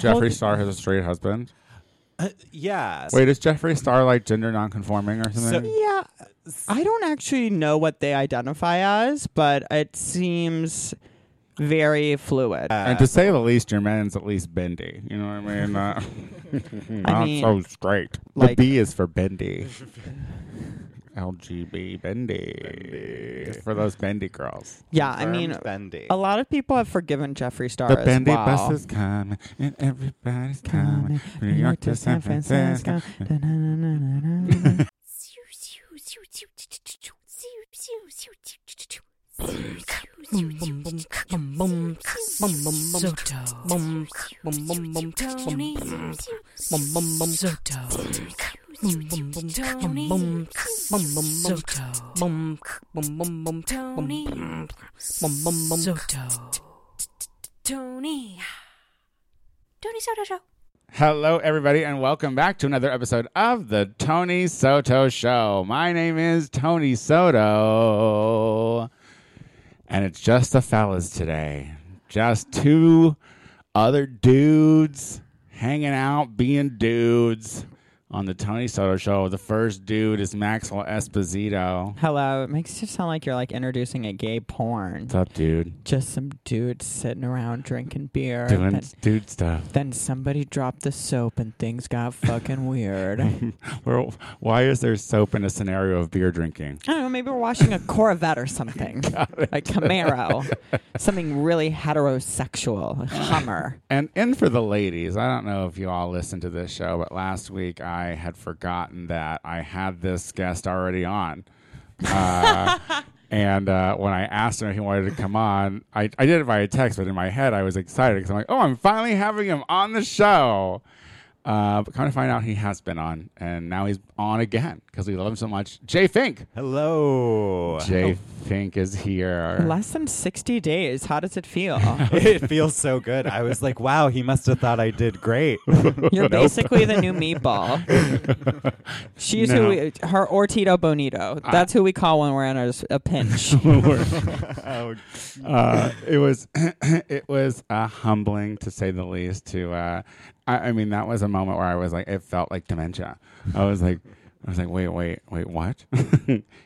Jeffree Star has a straight husband. Yeah. Wait, is Jeffree Star like gender nonconforming or something? Yeah. I don't actually know what they identify as, but it seems very fluid. and to say the least, your man's at least bendy. You know what I mean? Not, not mean, so straight. the like- B is for bendy. LGB bendy. For those bendy girls. yeah, I mean, bendy. a lot of people have forgiven Jeffree Star The as bendy well. bus is coming and everybody's coming. New York to San Francisco. Tony. Tony Soto Show. Hello, everybody, and welcome back to another episode of the Tony Soto Show. My name is Tony Soto, and it's just the fellas today. Just two other dudes hanging out, being dudes on the Tony Soto Show. The first dude is Maxwell Esposito. Hello. It makes you sound like you're like introducing a gay porn. What's up, dude? Just some dudes sitting around drinking beer. and Doing then, dude stuff. then somebody dropped the soap and things got fucking weird. I Well, why is there soap in a scenario of beer drinking? don't know. Maybe we're watching a Corvette or something. a Camaro. something really heterosexual. A Hummer. And and for the ladies, I don't know if you all listened to this show, but last week I had forgotten that I had this guest already on. Uh, and uh, when I asked him if he wanted to come on, I, I did it via text, but in my head I was excited because I'm like, oh, I'm finally having him on the show. Uh, but come to find out, he has been on, and now he's on again because we love him so much. Jay Fink. Hello. Jay Fink is here. Less than 60 days. How does it feel? it feels so good. I was like, wow, he must have thought I did great. You're basically the new meatball. She's No. who we, her or Tito Bonito. That's who we call when we're in a, a pinch. uh, it was it was uh, humbling to say the least. To uh, I, I mean, that was a moment where I was like, it felt like dementia. I was like, I was like, wait, wait, wait, what?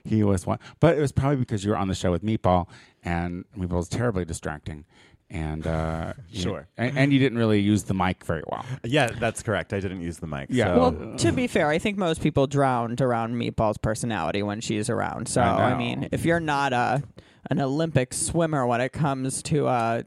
he was what? But it was probably because you were on the show with Meatball, and Meatball's terribly distracting. And uh, you- Sure. and, and you didn't really use the mic very well. yeah, that's correct. I didn't use the mic. Yeah. so- well, to be fair, I think most people drowned around Meatball's personality when she's around. So I I, know. mean, if you're not a an Olympic swimmer when it comes to uh,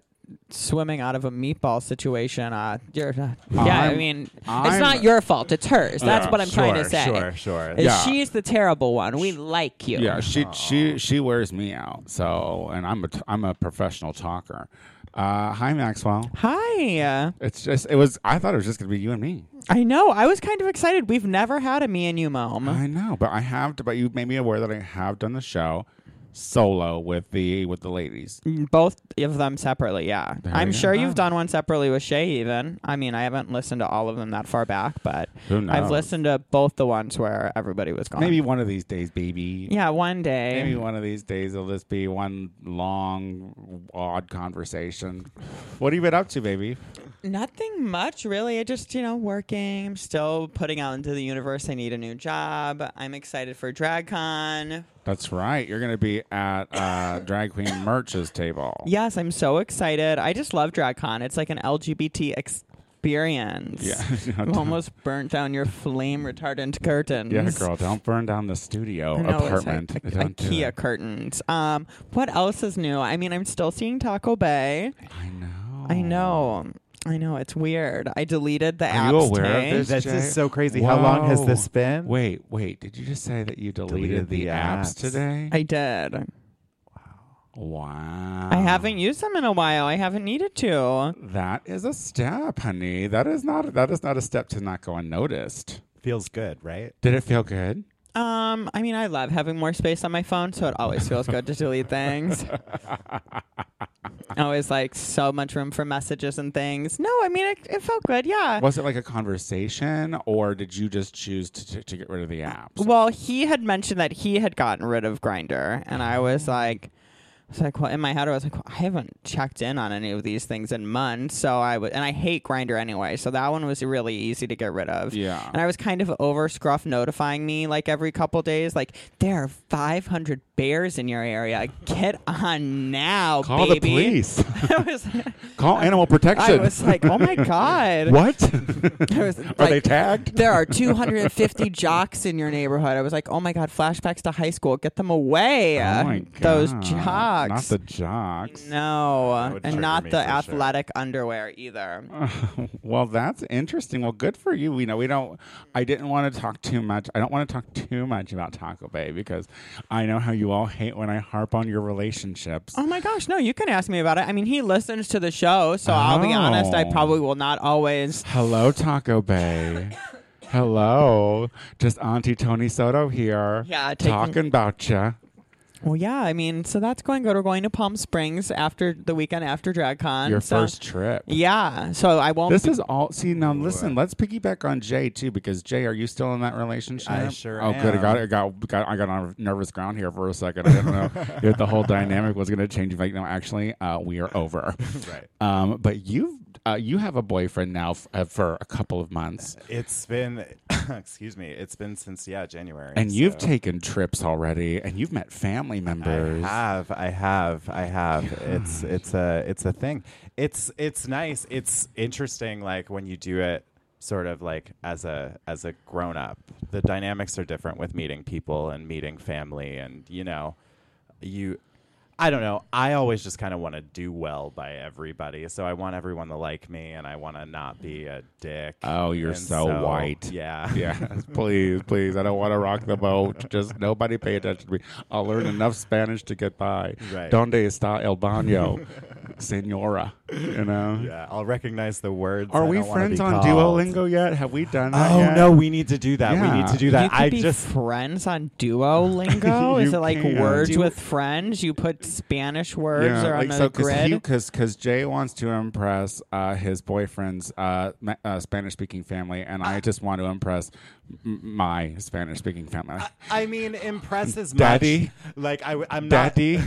swimming out of a meatball situation, uh, you're uh, yeah. I I'm- mean, it's I'm- not your fault. It's hers. That's Yeah, what I'm trying to sure, say. Sure, sure. Is Yeah. She's the terrible one. We like you. Yeah, she she she wears me out. So, and I'm a t- I'm a professional talker. Uh, hi, Maxwell. Hi. It's just it was. I thought it was just gonna be you and me. I know. I was kind of excited. We've never had a me and you moment. I know, but I have. But you made me aware that I have done the show solo with the with the ladies. Both of them separately, yeah. I'm you sure go. you've done one separately with Shay, even. I mean, I haven't listened to all of them that far back, but Who knows? I've listened to both the ones where everybody was gone. Maybe one of these days, baby. Yeah, one day. Maybe one of these days it'll just be one long, odd conversation. What have you been up to, baby? Nothing much, really. I just, you know, working, still putting out into the universe. I need a new job. I'm excited for DragCon. That's right. You're gonna be at uh, drag queen merch's table. Yes, I'm so excited. I just love DragCon. It's like an LGBT experience. Yeah. I've almost burnt down your flame retardant curtains. Yeah, girl. Don't burn down the studio I know, it's apartment. like I- Don't do IKEA it. curtains. Um, what else is new? I mean, I'm still seeing Taco Bay. I know. I know. I know it's weird. I deleted the Are app. you aware of this? That's Jay? just so crazy. How long has this Whoa. been? Wait, wait. Did you just say that you deleted, Deleted the, the apps, apps. today? I did. wow. I haven't used them in a while. I haven't needed to. That is a step, honey. That is not that is not a step to not go unnoticed. Feels good, right? Did it feel good? Um, I mean, I love having more space on my phone, so it always feels good to delete things. always like so much room for messages and things. No, I mean, it, it felt good. Yeah. Was it like a conversation, or did you just choose to, to, to get rid of the apps? Oh. Well, he had mentioned that he had gotten rid of Grinder, and I was like, was like, well, in my head, I was like, well, I haven't checked in on any of these things in months. So I would, and I hate Grinder anyway. So that one was really easy to get rid of. Yeah. And I was kind of over Scruff notifying me like every couple days, like, there are 500 bears in your area. Get on now, Call baby. the police. I was, Call animal I protection. was like, oh my God. what? I was Are like, they tagged? there are 250 jocks in your neighborhood. I was like, oh my God, flashbacks to high school. Get them away. uh, oh my God. Those Not jocks. the jocks. That no, uh, would and trigger not me the for sure. athletic underwear either. well, that's interesting. Well, good for you. You know, we don't. I didn't want to talk too much. I don't want to talk too much about Taco Bay because I know how you all hate when I harp on your relationships. Oh my gosh, no, you can ask me about it. I mean, he listens to the show, so I'll be honest, I Oh. probably will not always. Hello, Taco Bay. Hello, just Auntie Tony Soto here. Yeah, taking- talking about you. Well, yeah, I mean, so that's going good. We're going to Palm Springs after the weekend after DragCon. Your so- first trip. Yeah, so I won't. This is all. See now, listen. Let's piggyback on Jay too, because Jay, are you still in that relationship? I sure Oh, good. I am. got, I got, got, I got on nervous ground here for a second. I didn't know if the whole dynamic was going to change. Like, no, actually, uh, we are over. Right. Um, but you, uh, you have a boyfriend now f- uh, for a couple of months, It's been, excuse me, it's been since yeah January. and you've so- taken trips already, and you've met family members. I have, I have, I have. It's it's a it's a thing. It's it's nice. It's interesting. Like when you do it, sort of like as a as a grown up, the dynamics are different with meeting people and meeting family, and you know, you. I don't know. I always just kind of want to do well by everybody, so I want everyone to like me, and I want to not be a dick. Oh, you're And so white. Yeah, Yes, please, please. I don't want to rock the boat. Just nobody pay attention to me. I'll learn enough Spanish to get by. Right. Donde está el baño, senora? You know. yeah. I'll recognize the words. Are I we don't wanna be friends on called. Duolingo yet? Have we done that Oh yet? no, we need to do that. Yeah. We need to do You that. could I be just friends on Duolingo. Is You it like can. words Do- with friends? You put Spanish words Yeah, or on like, a so grid. because because Jay wants to impress uh, his boyfriend's uh, ma- uh, Spanish speaking family, and I just want to impress m- my Spanish speaking family. I mean, impresses Daddy? Like I, am Daddy,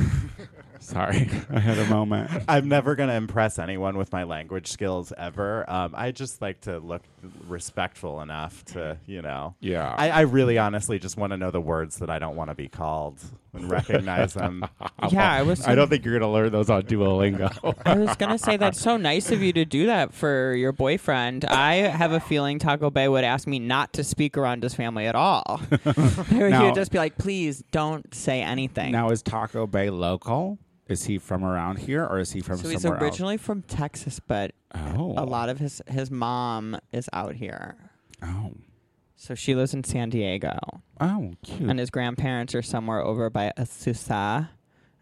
sorry, I had a moment. I'm never gonna impress anyone with my language skills ever. Um, I just like to look respectful enough to, you know. Yeah. I, I really, honestly, just want to know the words that I don't want to be called and recognize them. yeah, I was. I don't think you're gonna learn those on Duolingo. I was gonna say that's so nice of you to do that for your boyfriend. I have a feeling Taco Bay would ask me not to speak around his family at all. he would Now- just be like, "Please don't say anything." Now, is Taco Bay local? Is he from around here or is he from so he's somewhere originally from Texas, but else? Oh, a lot of his his mom is out here, Oh, so she lives in San Diego. oh, cute. and his grandparents are somewhere over by Azusa,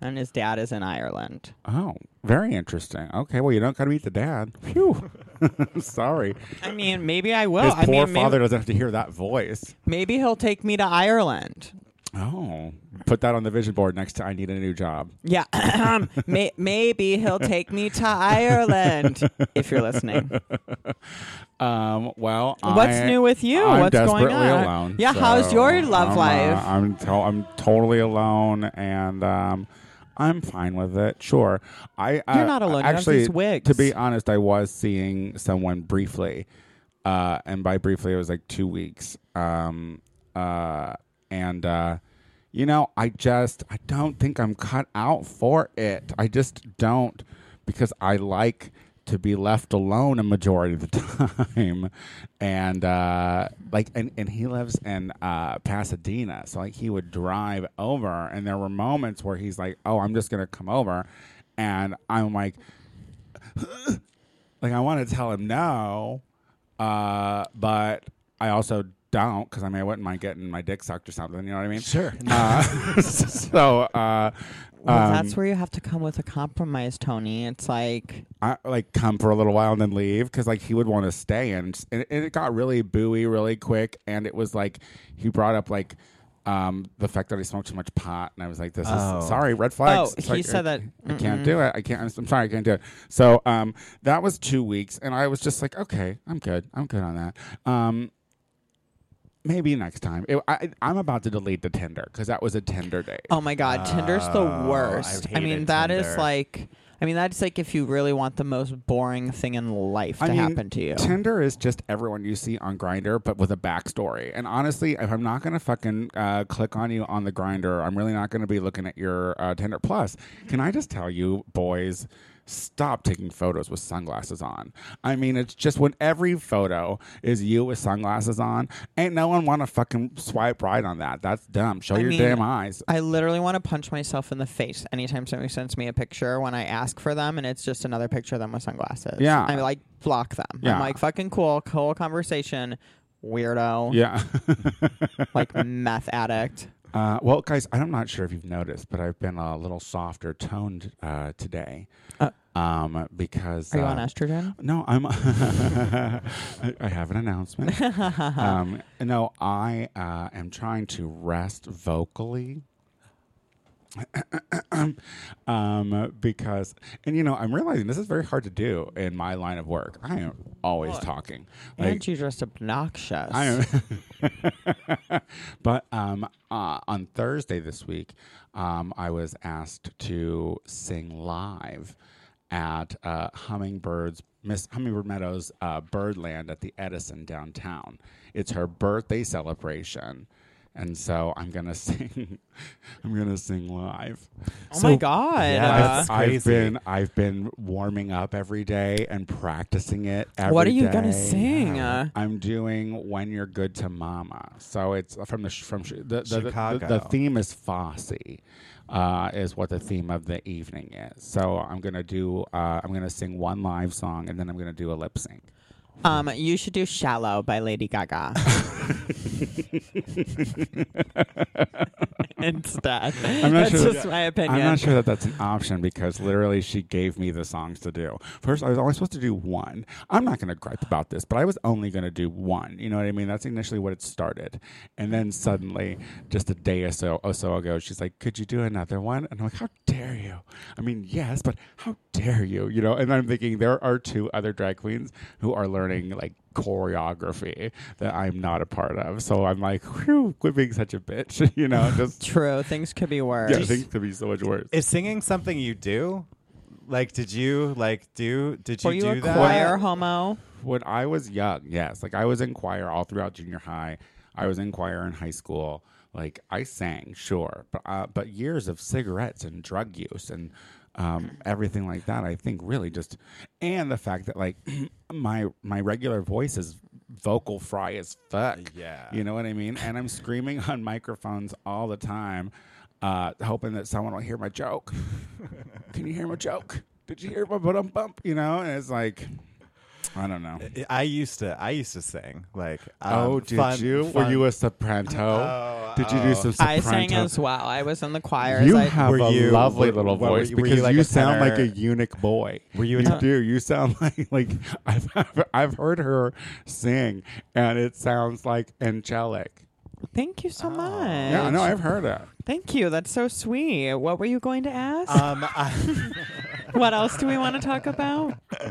and his dad is in Ireland. oh, very interesting. Okay, well, you don't gotta meet the dad. Phew. Sorry, I mean, maybe I will. his I poor mean, father Maybe, doesn't have to hear that voice. maybe he'll take me to Ireland. Oh, put that on the vision board next to I need a new job. Yeah, May- maybe he'll take me to Ireland if you're listening. Um, well, What's I- new with you? I'm What's going desperately on? alone. Yeah, so how's your love I'm, uh, life? I'm to- I'm totally alone, and um, I'm fine with it. Sure, I uh, You're not alone. You have Actually, these wigs. to be honest, I was seeing someone briefly, uh, and by briefly, it was like two weeks. Um, uh, and uh, you know, I just I don't think I'm cut out for it. I just don't because I like to be left alone a majority of the time and uh like and, and he lives in uh pasadena so like he would drive over and there were moments where he's like oh i'm just gonna come over and i'm like like I want to tell him no, uh, but I also don't because I mean I wouldn't mind getting my dick sucked or something. You know what I mean? Sure. Uh, so uh, well, um, that's where you have to come with a compromise, Tony. It's like I like come for a little while and then leave because like he would want to stay and, and and it got really booey really quick and it was like he brought up like. Um, the fact that I smoked too much pot, and I was like, "This is Oh. sorry, red flags." Oh, It's he like, said that- I can't do it. I can't. I'm, I'm sorry. I can't do it. So um, that was two weeks, and I was just like, okay, I'm good. I'm good on that. Um, maybe next time. It- I, I'm about to delete the Tinder because that was a Tinder date. Oh my god, Tinder's the Oh, I worst. I, mean, hated that is Tinder. like I mean, that's like if you really want the most boring thing in life to I mean, happen to you. Tinder is just everyone you see on Grinder, but with a backstory. And honestly, if I'm not gonna fucking uh, click on you on the Grinder, I'm really not gonna be looking at your uh, Tinder. Plus, can I just tell you, boys? Stop taking photos with sunglasses on. I mean, it's just when every photo is you with sunglasses on, ain't no one want to fucking swipe right on that. That's dumb. Show I your mean, damn eyes. I literally want to punch myself in the face anytime somebody sends me a picture when I ask for them and it's just another picture of them with sunglasses. Yeah. I like block them. Yeah. I'm like fucking cool, cool conversation, weirdo, Yeah. like meth addict. Uh, well, guys, I'm not sure if you've noticed, but I've been a little softer toned uh, today Uh, um, because. Are you uh, on estrogen? No, I'm. I I have an announcement. um, no, I uh, am trying to rest vocally. um, because, and you know, I'm realizing this is very hard to do in my line of work. I am always talking. Like, and you just obnoxious. I am. but um, uh, on Thursday this week, um, I was asked to sing live at uh, Hummingbird's Miss Hummingbird Meadows uh, Birdland at the Edison downtown. It's her birthday celebration. And so I'm gonna sing. I'm gonna sing live. oh my god. yeah, I've, That's I've crazy. been I've been warming up every day and practicing it. Uh, what are every you gonna day. sing? Uh, I'm doing "When You're Good to Mama," so it's from the sh- from sh- the, the, the- The, Chicago. the theme is Fosse, uh, is what the theme of the evening is. So I'm gonna do uh, I'm gonna sing one live song and then I'm gonna do a lip sync. Um, you should do "Shallow" by Lady Gaga. Instead, I'm not that's sure- just my opinion. I'm not sure that that's an option because literally she gave me the songs to do. First, I was only supposed to do one. I'm not going to gripe about this, but I was only going to do one. You know what I mean? That's initially what it started. And then suddenly, just a day or so, or so ago, she's like, Could you do another one? And I'm like, How dare you? I mean, yes, but how dare you? You know, and I'm thinking there are two other drag queens who are learning like choreography that I'm not a part of. So I'm like, Whew, quit being such a bitch. you know, just. True, things could be worse. Yeah, things could be so much worse. Is singing something you do? Like, did you like do? Did you, Were you, do a that? choir homo? when I was young, yes. Like I was in choir all throughout junior high. I was in choir in high school. Like I sang, sure, but uh, but years of cigarettes and drug use and um, everything like that. I think really just and the fact that like my my regular voice is vocal fry as fuck. Yeah. you know what I mean. And I'm screaming on microphones all the time, uh, hoping that someone will hear my joke. Can you hear my joke? Did you hear my bum bump? You know, and it's like. I don't know. I used to. I used to sing. Like, oh, um, did fun- you? Were fun- you a soprano? Oh, did you do oh. some soprano? I sang as well. I was in the choir. You as I, have Were a you- lovely were- little what were voice you- were you because you, like a sound like tenor? a eunuch boy. Were you a You tenor? do. You sound like like I've, I've I've heard her sing, and it sounds like angelic. Thank you so Oh. much. Yeah, no, I've heard it. Thank you. That's so sweet. What were you going to ask? Um, I, what else do we want to talk about?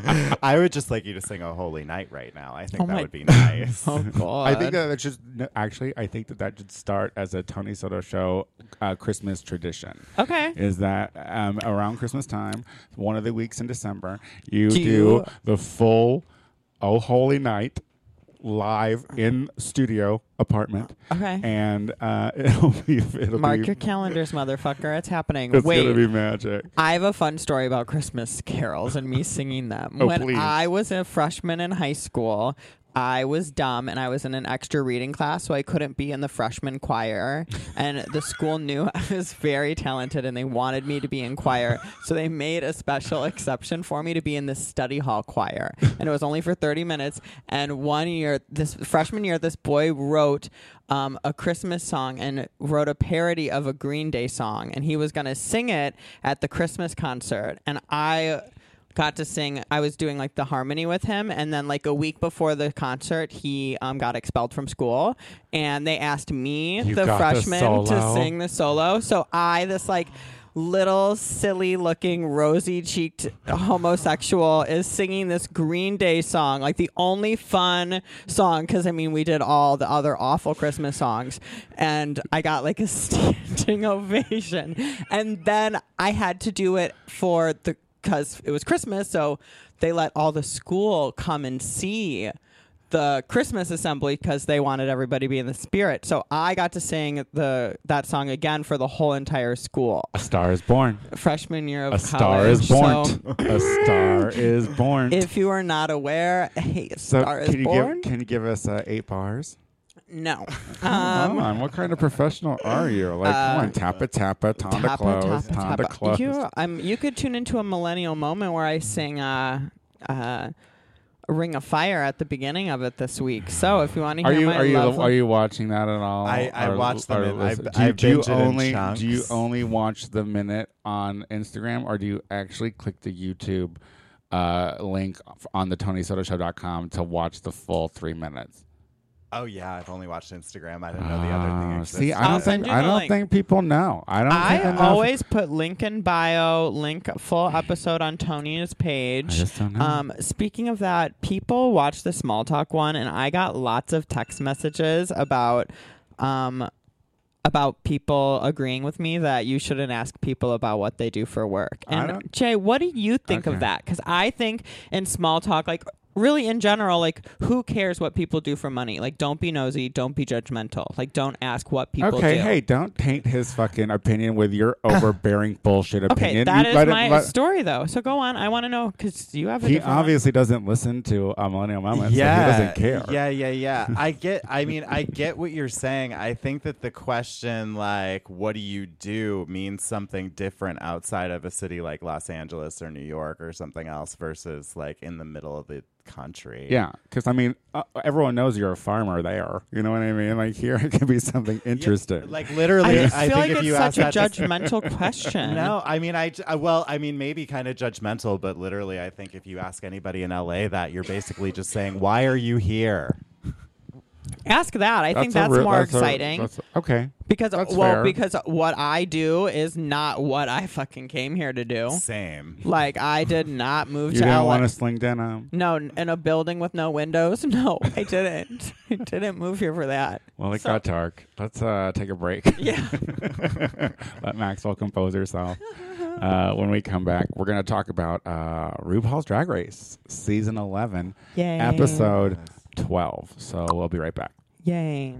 I would just like you to sing "A Holy Night" right now. I think Oh that my- would be nice. Oh God. I think uh, that that should no, actually. I think that that should start as a Tony Soto show uh, Christmas tradition. Okay. Is that um, around Christmas time, one of the weeks in December, you Do do, you- the full Oh Holy Night live in studio apartment. Okay. And uh, it'll be it'll Mark be your calendars, motherfucker. It's happening. it's Wait. gonna be magic. I have a fun story about Christmas carols and me singing them. Oh, when please. I was a freshman in high school, I was dumb and I was in an extra reading class, so I couldn't be in the freshman choir. And the school knew I was very talented and they wanted me to be in choir. So they made a special exception for me to be in the study hall choir. And it was only for 30 minutes. And one year, this freshman year, this boy wrote um, a Christmas song and wrote a parody of a Green Day song, and he was going to sing it at the Christmas concert. And I got to sing. I was doing like the harmony with him, and then like a week before the concert, he um, got expelled from school, and they asked me, You the got the freshman, to solo? sing the solo. So I this like. little silly looking rosy cheeked homosexual is singing this Green Day song, like the only fun song. Cause I mean, we did all the other awful Christmas songs and I got like a standing ovation. And then I had to do it for the, cause it was Christmas. So they let all the school come and see the Christmas assembly because they wanted everybody to be in the spirit. So I got to sing the that song again for the whole entire school. A star is born. Freshman year of A college. star is born. Oh, So a star is born. if you are not aware, hey, so star is can you born. give can you give us uh, eight bars? no. Um, come on, what kind of professional are you? Like, come on, tappa tappa, tonda uh, Tapa, close, tapa, tonda tapa. close. You, um, you could tune into a millennial moment where I sing uh, uh, Ring of Fire at the beginning of it this week. So if you want to Are hear you my are you love are you watching that at all? I- I Or- watch them or in- I- listen- do I you, do you binge it in only do you chunks. only watch the minute on Instagram, or do you actually click the YouTube uh, link on the TonySotoShow.com to watch the full three minutes? Oh yeah, I've only watched Instagram. I didn't know the other Ah, thing. Uh, Existed. see, I don't I'll send think you I the don't link. think people know. I don't. think I enough- always put link in bio, link full episode on Tony's page. I just don't know. Um, speaking of that, people watched the small talk one, and I got lots of text messages about, um, about people agreeing with me that you shouldn't ask people about what they do for work. I And don't- Jay, what do you think Okay. of that? Because I think in small talk, like really in general, like who cares what people do for money? Like, don't be nosy, don't be judgmental, like don't ask what people okay, do. hey, don't taint his fucking opinion with your overbearing bullshit Okay, opinion. that You is let it- my let- story though. So go on. I want to know because you have a He different one. obviously doesn't listen to a millennial moment, so he doesn't care. Yeah, yeah, yeah. I get. I mean, I get what you're saying. I think that the question, like, "What do you do?" means something different outside of a city like Los Angeles or New York or something else versus like in the middle of the country. Yeah, because I mean, uh, everyone knows you're a farmer there. You know what I mean? Like here, it could be something interesting. Like I literally, I, just feel think like if it's you such a ask that to- judgmental question. No, I mean, I, I- well, I mean, maybe kind of judgmental, but literally, I think if you ask anybody in LA that, you're basically just saying, "Why are you here?" ask that. I think a that's real- more a- exciting that's- okay. because that's well, fair. because what I do is not what I fucking came here to do. Same. Like I did not move You to don't LA. want to sling um, denim. no, n- in a building with no windows. No, I didn't. I didn't move here for that. Well, it So- got dark. Let's uh, take a break. Yeah. Let Maxwell compose herself. Uh, when we come back, we're going to talk about uh, RuPaul's Drag Race, season 11, Yay. episode 12. So we'll be right back. Yay.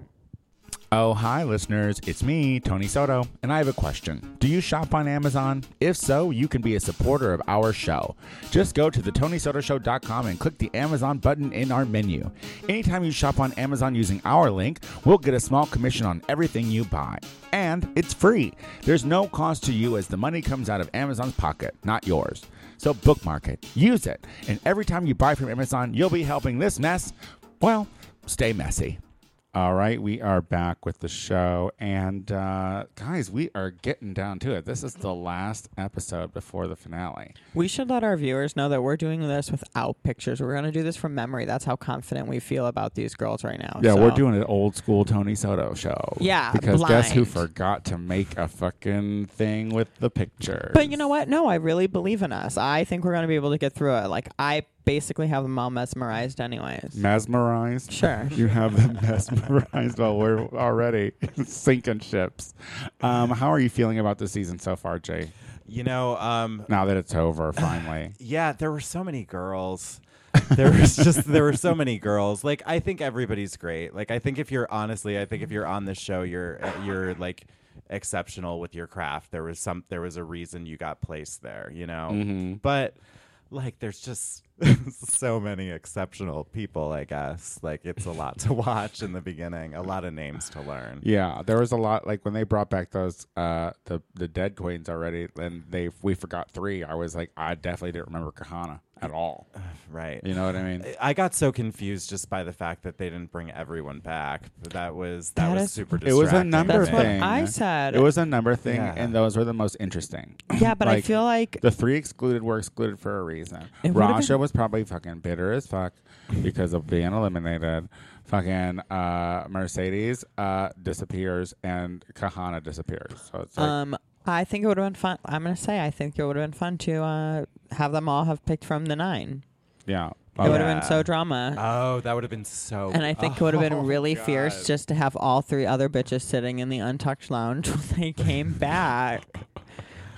Oh, hi, listeners. It's me, Tony Soto, and I have a question. Do you shop on Amazon? If so, you can be a supporter of our show. Just go to thetonysotoshow.com and click the Amazon button in our menu. Anytime you shop on Amazon using our link, we'll get a small commission on everything you buy. And it's free. There's no cost to you as the money comes out of Amazon's pocket, not yours. So bookmark it, use it, and every time you buy from Amazon, you'll be helping this mess, well, stay messy. All right, we are back with the show, and uh, guys, we are getting down to it. This is the last episode before the finale. We should let our viewers know that we're doing this without pictures. We're going to do this from memory. That's how confident we feel about these girls right now. Yeah, So- we're doing an old school Tony Soto show. Yeah, because guess who blind. forgot to make a fucking thing with the picture? But you know what? No, I really believe in us. I think we're going to be able to get through it. Like I basically have them all mesmerized, anyways. mesmerized. Sure. you have them mesmerized while we're already sinking ships. Um, how are you feeling about the season so far, Jay? You know, um, Now that it's over, finally. yeah, there were so many girls. there was just there were so many girls. Like I think everybody's great. Like I think if you're honestly, I think if you're on this show, you're uh, you're like exceptional with your craft. There was some there was a reason you got placed there, you know. But like there's just so many exceptional people, I guess. Like it's a lot to watch in the beginning, a lot of names to learn. Yeah, there was a lot. Like when they brought back those uh the the dead queens already, and they we forgot three. I was like, I definitely didn't remember Kahana at all. Right. You know what I mean? I got so confused just by the fact that they didn't bring everyone back. That was that, That was is- super. It was a distracting number That's to me. what thing. I said. It was a number thing, Yeah. and those were the most interesting. Yeah, but I Like, feel like The three excluded were excluded for a reason. It would've Rasha been- was probably fucking bitter as fuck because of being eliminated. Fucking uh, Mercedes uh, disappears and Kahana disappears. So it's like, um I think it would have been fun. I'm going to say I think it would have been fun to uh, have them all have picked from the nine. Yeah. It Oh, would have been yeah. so drama. Oh, that would have been so. and I think it would have oh, been really God. fierce just to have all three other bitches sitting in the untouched lounge when they came back.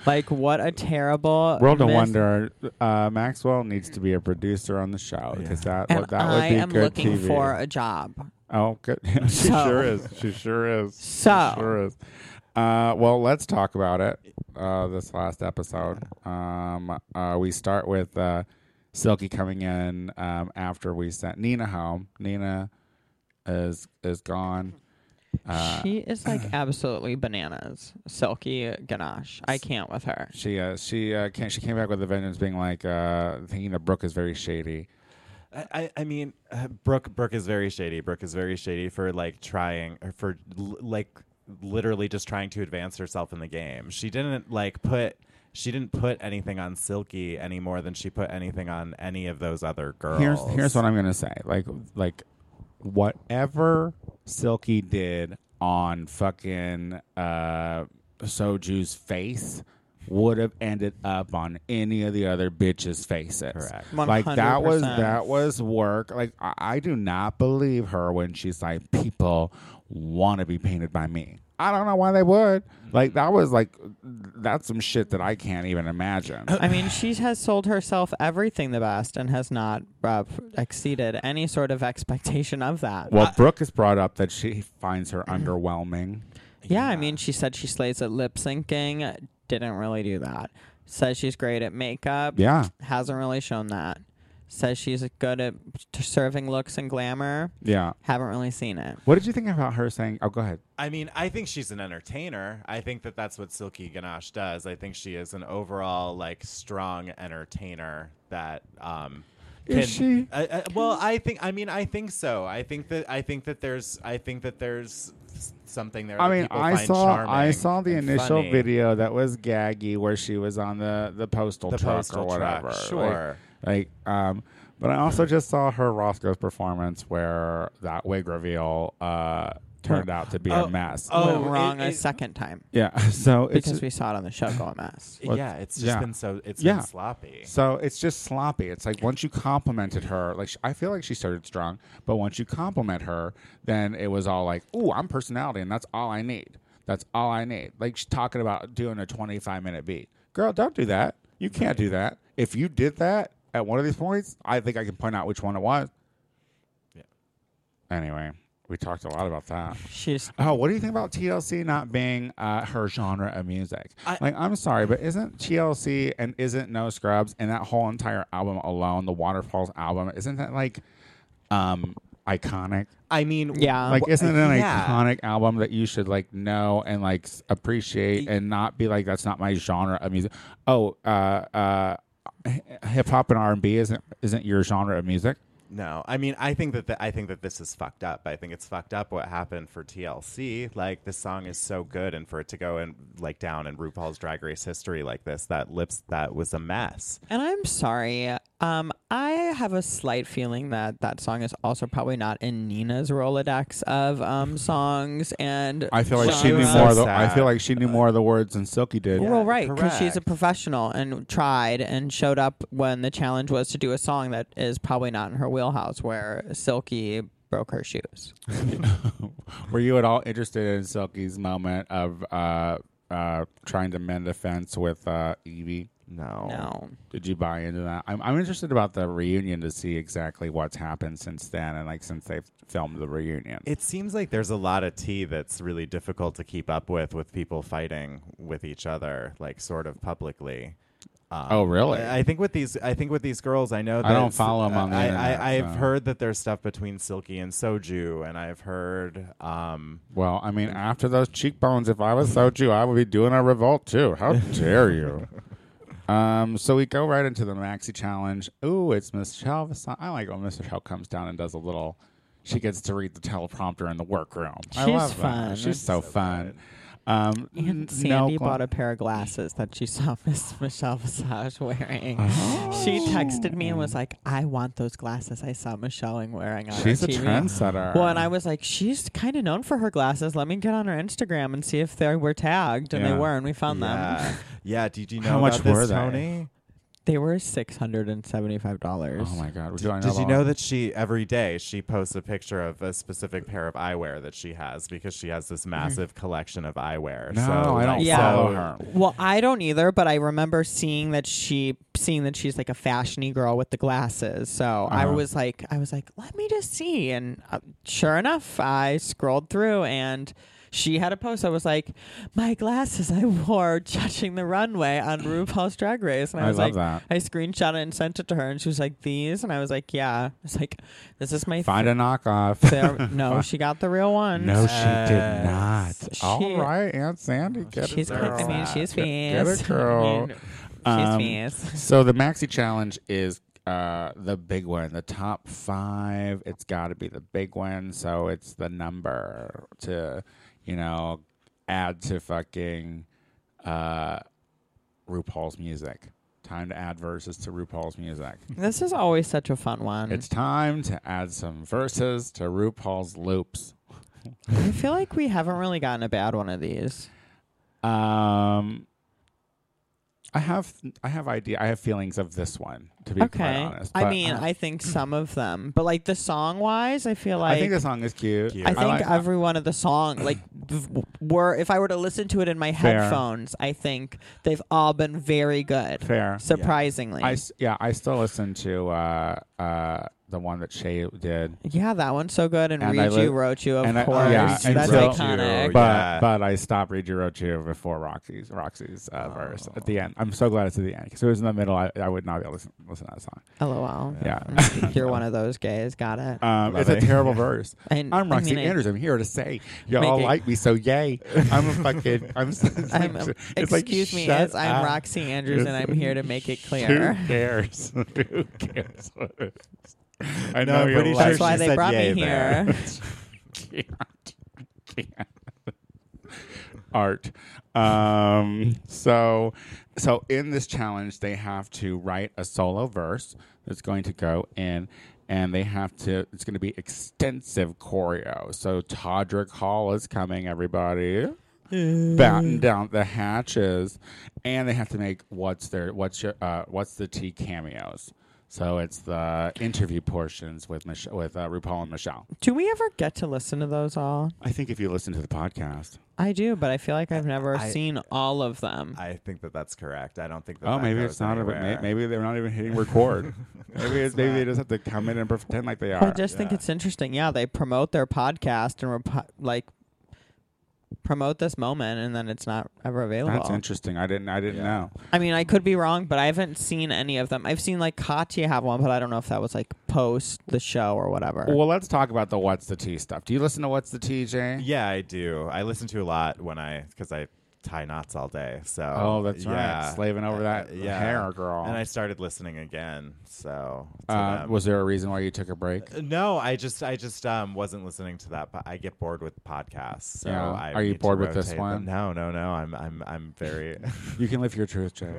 like, what a terrible World of miss- Wonder. Uh, Maxwell needs to be a producer on the show because that And would, that would I be am good looking TV. for a job. oh, good. she So- sure is. She sure is. So- she sure is. Uh, well, let's talk about it. Uh, this last episode, um, uh, we start with uh, Silky coming in um, after we sent Nina home. Nina is is gone. Uh, she is like absolutely bananas. Silky ganache. I can't with her. She uh, she uh, came, she came back with a vengeance, being like uh, thinking that Brooke is very shady. I, I, I mean, uh, Brooke. Brooke is very shady. Brooke is very shady for like trying or for l- like literally just trying to advance herself in the game. She didn't like put. She didn't put anything on Silky any more than she put anything on any of those other girls. Here's here's what I'm gonna say. Like like whatever Silky did on fucking uh, Soju's face would have ended up on any of the other bitches' faces. Correct. Like that was 100%. that was work. Like I, I do not believe her when she's like, people want to be painted by me. I don't know why they would. Like that was like that's some shit that I can't even imagine. I mean, she has sold herself everything the best and has not uh, exceeded any sort of expectation of that. Well, Brooke has brought up that she finds her underwhelming. Yeah, I mean, she said she slays at lip syncing. Didn't really do that. Says she's great at makeup. Yeah. Hasn't really shown that. Says she's good at t- serving looks and glamour. Yeah. Haven't really seen it. What did you think about her saying? Oh, go ahead. I mean, I think she's an entertainer. I think that that's what Silky Ganache does. I think she is an overall like strong entertainer that um Is she? I, I, well, I think I mean I think so. I think that I think that there's I think that there's s- something there I that mean, people I find saw I charming saw the and initial funny. video that was gaggy where she was on the the postal The truck postal or truck, whatever. Like- sure. Like, um, but I also just saw her Roscoe's performance where that wig reveal uh turned out to be a mess. Oh, Went wrong it- a it- second time Yeah. So it's because we saw it on the show go a mess. Yeah, it's just yeah. been so it's Yeah. been sloppy. So it's just sloppy. It's like once you complimented her, like sh- I feel like she started strong, but once you compliment her, then it was all like, "Ooh, I'm personality, and that's all I need. That's all I need." Like she's talking about doing a 25 minute beat. Girl, don't do that. You can't do that. If you did that at one of these points, I think I can point out which one it was. Yeah. Anyway, we talked a lot about that. She's Oh, what do you think about TLC not being uh, her genre of music? I- like, I'm sorry, but isn't TLC and isn't No Scrubs and that whole entire album alone, the Waterfalls album, isn't that like um, iconic? I mean, Yeah. Like, wh- isn't it an Uh, yeah. iconic album that you should like know and like s- appreciate and not be like that's not my genre of music? Oh, uh, uh, hip hop and R and B isn't isn't your genre of music? No, I mean, I think that the, I think that this is fucked up. I think it's fucked up what happened for TLC. Like this song is so good, and for it to go and like down in RuPaul's Drag Race history like this, that lips that was a mess. and I'm sorry. Um, I have a slight feeling that that song is also probably not in Nina's Rolodex of um songs and I feel like she Well, knew it's genres. more. Of so the, I sad. feel like she knew more of the words than Silky did. Well, right, because she's a correct. professional and tried and showed up when the challenge was to do a song that is probably not in her wheelhouse, where Silky broke her shoes. Were you at all interested in Silky's moment of uh, uh, trying to mend the fence with uh, Evie? No, Oh. No, Did you buy into that? I'm, I'm interested about the reunion to see exactly what's happened since then and like since they've filmed the reunion. It seems like there's a lot of tea that's really difficult to keep up with, with people fighting with each other, like sort of publicly. Um, Oh, really? I I think with these, I think with these girls, I know. That I don't follow 'em on the I, internet, I, I've so. heard that there's stuff between Silky and Soju, and I've heard. Um, well, I Mm. mean, after those cheekbones, if I was Soju, I would be doing a revolt too. How dare you? Um, so we go right into the maxi challenge. Ooh, it's Miss Chell. I like when Miss Chell comes down and does a little. She gets to read the teleprompter in the workroom. I She's love that. fun. She's so, fun. Um, n- And Sandy no, gla- bought a pair of glasses that she saw Miss Michelle Visage wearing. Oh. She texted me and was like, "I want those glasses I saw Michelle wearing on her She's a TV." trendsetter. Well, and I was like, "She's kind of known for her glasses. Let me get on her Instagram and see if they were tagged." And Yeah. they were, and we found them. Yeah. yeah. Did you know How much about this, were they? Tony? They were six hundred and seventy-five dollars. Oh my god! Did, did you know that she every day she posts a picture of a specific pair of eyewear that she has because she has this massive collection of eyewear. No, so, I don't like, Yeah. follow so- her. Well, I don't either, but I remember seeing that she seeing that she's like a fashiony girl with the glasses. So I Uh-huh. was like, I was like, let me just see. And uh, sure enough, I scrolled through and she had a post. I was like, my glasses I wore judging the runway on RuPaul's Drag Race, and I, I was love like, that. I screenshot it and sent it to her, and she was like, these, and I was like, yeah. It's like, this is my Find a knockoff. there. No, she got the real one. no, she did Yes. not. She- Oh, All right, Aunt Sandy, get She's it, quick. girl. I mean, she's fierce. Get- get it, girl. I mean, Um, she's fierce. So the maxi challenge is uh the big one, the top five. It's got to be the big one, so it's the number to, you know, add to fucking uh RuPaul's music. Time to add verses to RuPaul's music. This is always such a fun one. It's time to add some verses to RuPaul's loops. I feel like we haven't really gotten a bad one of these. Um, I have I have idea I have feelings of this one to be quite Okay. honest. I but mean, I think some of them, but like the song wise, I feel like I think the song is cute. Cute. I think like- every one of the song like v- were if I were to listen to it in my Fair. headphones, I think they've all been very good. fair. Surprisingly. I s- yeah, I still listen to uh, uh, the one that Shay did, yeah, that one's so good. And, And I Read li- You, Wrote You, of and I- course. yeah, and That's Wrote You. iconic. but Yeah. but I stopped Read Your Rochu before Roxy's Roxy's uh, Oh. verse at the end. I'm so glad it's at the end because it was in the middle. I, I would not be able to listen, listen to that song. LOL. Yeah, You're one of those gays. Got it. um, Love it's a it. terrible verse. And- I'm I Roxy mean, it- Anders. I'm here to say y'all Make it- like me, so yay! I'm a fucking. I'm. It's I'm, like, it's like, excuse me, shut as I'm up. Roxy Andrews, and I'm here to make it clear. Who cares? Who cares? what it is? I No, I'm you're pretty sure like- That's why she they said brought me yay there. here. can't, can't. art um so so in this challenge they have to write a solo verse that's going to go in and they have to it's going to be extensive choreo so todrick hall is coming everybody batten down the hatches and they have to make what's their what's your uh what's the tea cameos so it's the interview portions with Mich- with uh, RuPaul and Michelle. Do we ever get to listen to those all? I think if you listen to the podcast, I do, but I feel like I've never I- seen all of them. I think that that's correct. I don't think that. Oh, that maybe goes it's not. A, anywhere. may- maybe they're not even hitting record. maybe it's, maybe they just have to come in and pretend like they are. I just think it's interesting. Yeah, they promote their podcast and repo- like promote this moment, and then it's not ever available. That's interesting. I didn't. I didn't Yeah. know. I mean, I could be wrong, but I haven't seen any of them. I've seen like Katya have one, but I don't know if that was like post the show or whatever. Well, let's talk about the what's the tea stuff. Do you listen to what's the tea, Jay? Yeah, I do. I listen to a lot when I because I tie knots all day. So Oh, that's right. yeah. Uh, Slaving over that hair, girl. And I started listening again. So to Uh, them. was there a reason why you took a break? no, I just I just um wasn't listening to that. But I get bored with podcasts. So Yeah. I Are you need to bored with this rotate them. one? No, no, no. I'm I'm I'm very. You can live your truth, Jay.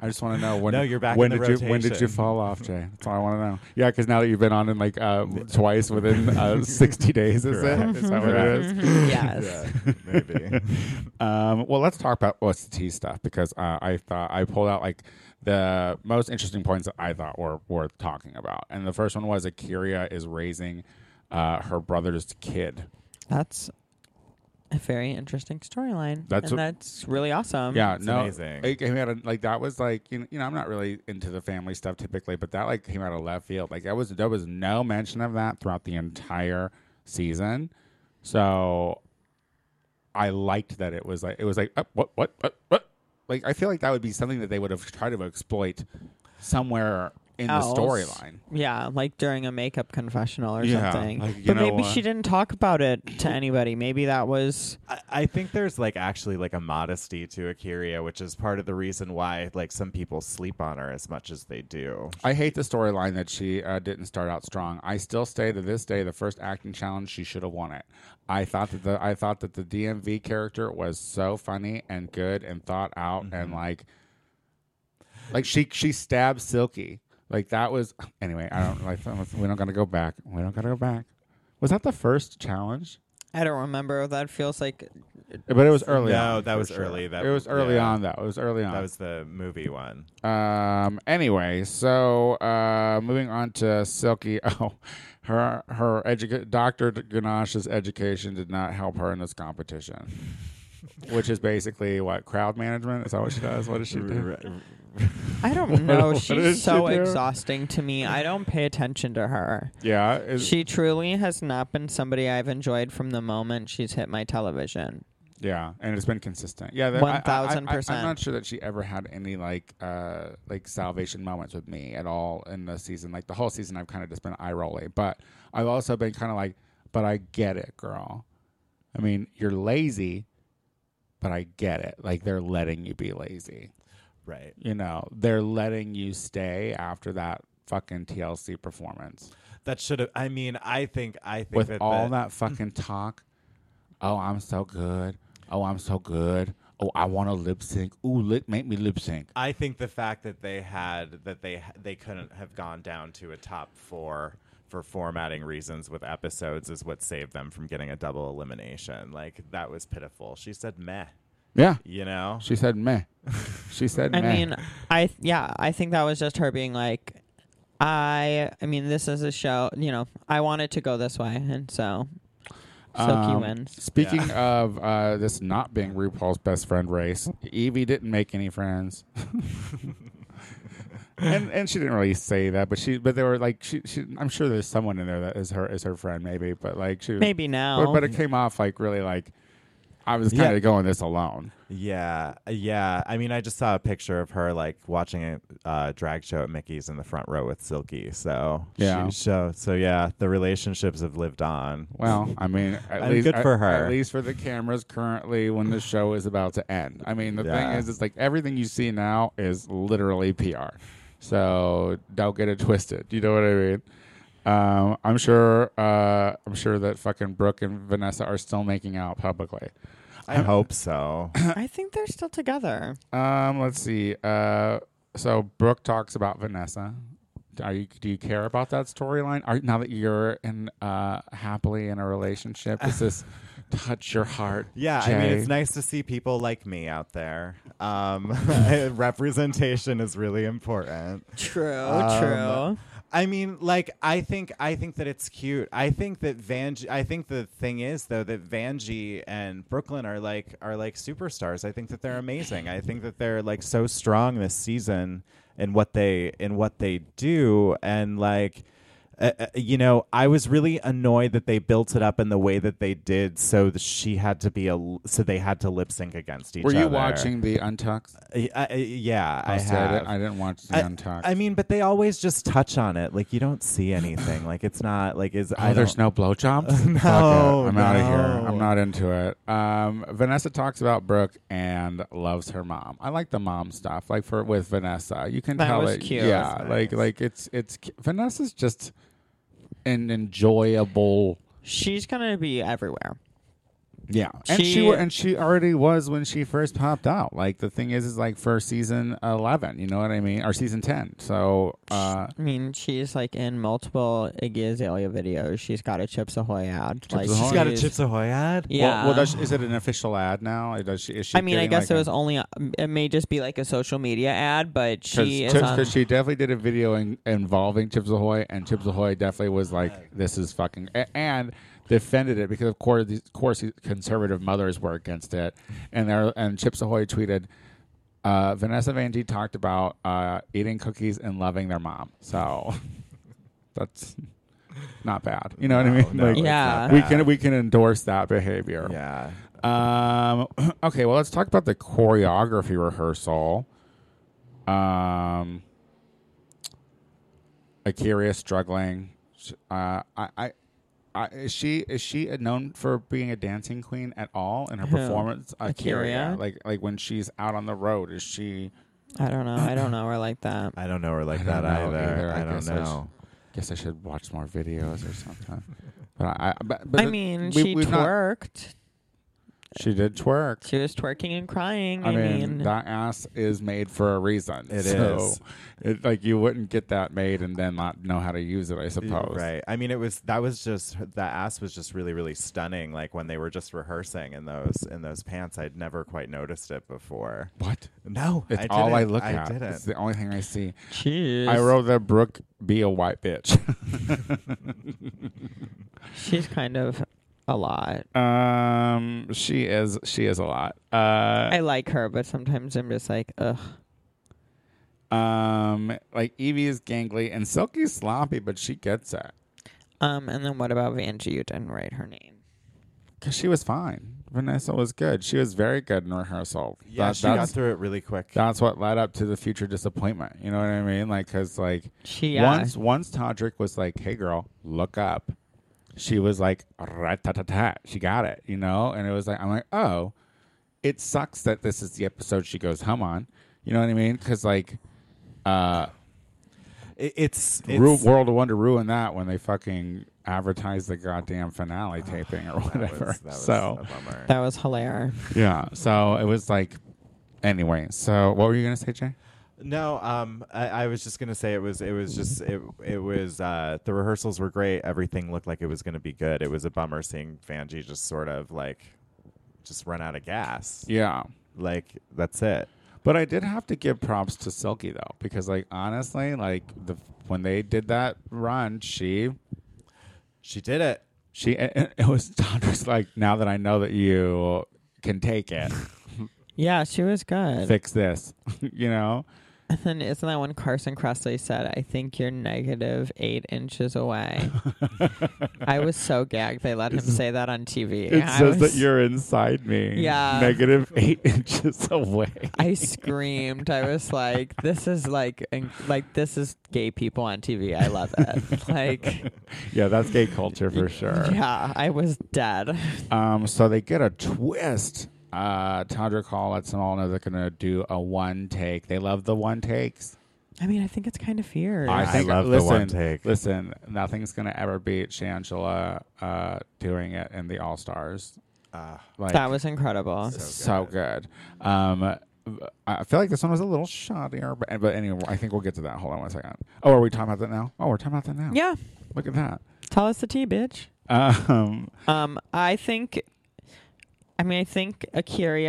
I just want to know when. No, you're back When in the did you? When did you rotation. fall off, Jay? That's all I want to know. Yeah, because now that you've been on in like uh, twice within uh, sixty days, is it? Correct. Is that what it is? yes. yeah, maybe. Um, well, let's talk about what's the tea stuff because uh, I thought I pulled out like the most interesting points that I thought were worth talking about, and the first one was Akira is raising uh, her brother's kid. That's a very interesting storyline. That's That's a- and that's really awesome. yeah, Um, It's no, amazing. It came out of, like that was like you know, you know I'm not really into the family stuff typically, but that like came out of left field. Like that was there was no mention of that throughout the entire season, so I liked that it was like it was like oh, what what what what like I feel like that would be something that they would have tried to exploit somewhere in else. the storyline. Yeah, like during a makeup confessional or Yeah, something. like, you but know uh, maybe what? she didn't talk about it to anybody. Maybe that was I, I think there's like actually like a modesty to Akiria, which is part of the reason why like some people sleep on her as much as they do. I hate the storyline that she uh, didn't start out strong. I still stay to this day the first acting challenge she should have won it. I thought that the I thought that the DMV character was so funny and good and thought out Mm-hmm. and like like she she stabbed Silky like that was anyway. I don't like we don't gotta go back. We don't gotta go back. Was that the first challenge? I don't remember. That feels like But it was early. No, on, that for was sure. early. That- it was early yeah. on though. It was early on. That was the movie one. Um. Anyway, so uh, moving on to Silky. Oh, her her educa- Doctor Ganash's education did not help her in this competition, which is basically what crowd management. Is that what she does? What does she do? I don't know. What did She's she so do? exhausting to me. I don't pay attention to her. Yeah. Is, She truly has not been somebody I've enjoyed from the moment she's hit my television. yeah, and it's been consistent. Yeah, that- I- I- I- 1000%. I'm not sure that she ever had any like uh like salvation moments with me at all in the season. Like the whole season, I've kind of just been eye rolling. But I've also been kind of like, but I get it, girl. I mean, you're lazy, but I get it. Like they're letting you be lazy. Right. You know, they're letting you stay after that fucking TLC performance That should have. I mean, I think. I think with that all the- that fucking talk. Oh, I'm so good. Oh, I'm so good. Oh, I want to lip sync. Ooh, lip, make me lip sync. I think the fact that they had that they they couldn't have gone down to a top four for formatting reasons with episodes is what saved them from getting a double elimination. Like that was pitiful. She said meh. Yeah, You know. she said meh. She said I meh. mean, I yeah, I think that was just her being like, I I mean, this is a show. You know, I want it to go this way, and so Silky Um, wins. Speaking of uh, this not being RuPaul's best friend race, Evie didn't make any friends. and and she didn't really say that, but she but they were like she, she I'm sure there's someone in there that is her is her friend maybe, but like she Maybe now. but, but it came off like really like I was kind of Yeah. going this alone. Yeah, yeah. I mean, I just saw a picture of her like watching a uh, drag show at Mickey's in the front row with Silky. So Yeah. she, so so yeah, the relationships have lived on. Well, I mean, at And least good for her. At least for the cameras currently, when the show is about to end. I mean, the Yeah. thing is, it's like everything you see now is literally PR. So don't get it twisted. You know what I mean? Um, I'm sure. Uh, I'm sure that fucking Brooke and Vanessa are still making out publicly. I hope so. I think they're still together. Um, let's see. Uh, so Brooke talks about Vanessa. Are you, do you care about that storyline? Are now that you're in uh, happily in a relationship, does this touch your heart? Yeah, I mean, Jay? it's nice to see people like me out there. Um, representation is really important. True. Um, I mean, like, I think I think that it's cute. I think that Vanji. I think the thing is though that Vanjie and Brooklyn are like are like superstars. I think that they're amazing. I think that they're like so strong this season in what they in what they do, and like. Uh, uh, you know, I was really annoyed that they built it up in the way that they did, so that she had to be a, so they had to lip sync against each Were other. you watching the Untucked? I, I, yeah, I, said have. it. I didn't watch the I, Untucked. I mean, but they always just touch on it. Like you don't see anything. Like it's not like is. I oh, there's don't- no blowjobs. No, Fuck it. I'm out of no. here. I'm not into it. Um, Vanessa talks about Brooke and loves her mom. I like the mom stuff. Like for with Vanessa, you can That tell was it. cute. Yeah, That's like nice. like it's it's cu- Vanessa's just an enjoyable. She's gonna be everywhere. Yeah, and she, She- wa- and she already was when she first popped out. Like the thing is, is like for season eleven. You know what I mean? Or season ten. So. uh I mean, she's like in multiple Iggy Azalea videos. She's got a Chips Ahoy ad. like Ahoy. She's got a Chips Ahoy ad. Well, Yeah. well does, is it an official ad now? Or Does she, is she I mean, I getting, guess like, it a- was only uh, it may just be like a social media ad, but she is on. because she definitely did a video in, involving Chips Ahoy, and Chips Ahoy definitely was like, "This is fucking," a- and defended it because of course, these, of course, these conservative mothers were against it, Mm-hmm. and there and Chips Ahoy tweeted. Uh, Vanessa Van D talked about uh, eating cookies and loving their mom, so that's not bad. You know what I Oh, No, mean? no, it's Like, not Yeah. we bad. can we can endorse that behavior. Yeah. Um, okay, well, let's talk about the choreography rehearsal. Um, Akira is struggling. Sh- Uh, I, I, I, is she is she known for being a dancing queen at all in her performance? Akira, Akira? like like when she's out on the road, is she? I don't know. I don't know her like that. I don't know her like I that don't know either. either. I I don't guess I sh- know. Guess I should watch more videos or something. But I, I- but, but I it- mean, we- she we've not- twerked. she did twerk. she was twerking and crying. I mean, that ass is made for a reason. It so is. It, like you wouldn't get that made and then not know how to use it. I suppose. Right. I mean, it was that was just that ass was just really really stunning. Like when they were just rehearsing in those in those pants, I'd never quite noticed it before. What? No, It's I all I didn't. look I at. didn't. It's the only thing I see. Jeez. I wrote that Brooke be a white bitch. She's kind of a lot. um, she is. She is a lot. I Uh, like her, but sometimes I'm just like, ugh. um, like Evie is gangly and Silky's sloppy, but she gets it Um, and then what about Vanjie? You didn't write her name. because she was fine. Vanessa was good. She was very good in rehearsal. yeah, That- she got that's, through it really quick. that's what led up to the future disappointment. You know what I mean? Like, cause like She yeah. once once Todrick was like, "Hey, girl, look up," she was like, "Rat-ta-ta-ta." She got it, you know. And it was like, I'm like, oh, it sucks that this is the episode she goes home on. You know what I mean? Because like, uh, It- it's it's Ru- World of Wonder ruined that when they fucking advertised the goddamn finale taping or Oh, that was- whatever. that was so a bummer. that was hilarious. yeah, so it was like, anyway. So what were you gonna say, Jay? No, um, I, I was just gonna say it was it was just it it was uh, the rehearsals were great. Everything looked like it was gonna be good. It was a bummer seeing Vanjie just sort of like just run out of gas. Yeah. Like that's it. But I did have to give props to Silky though, because like honestly, like the when they did that run, she She did it. she it, it was Tandra's like now that I know that you can take it, Yeah, she was good. fix this, you know. And then isn't that when Carson Kressley said, I think you're negative eight inches away? I was so gagged they let him say that on TV. It I says was- that you're inside me, Yeah. negative eight inches away. I screamed. I was like, this is like, in- like, this is gay people on TV. I love it. Like, yeah, that's gay culture for sure. yeah, I was dead. Um, so they get a twist. Uh, Tandra Call lets them all know they're gonna do a one take. They love the one takes. I mean, I think it's kind of fierce. I I think love the listen, one take. Listen, nothing's gonna ever beat Shangela uh, doing it in the All Stars. Uh, Like that was incredible. Ah. so good. Um, I feel like this one was a little shoddier, but but anyway, I think we'll get to that. Hold on one second. Oh, are we talking about that now? Oh, we're talking about that now. Yeah. Look at that. Tell us the tea, bitch. Um, Um, I think, I mean, I think Akira.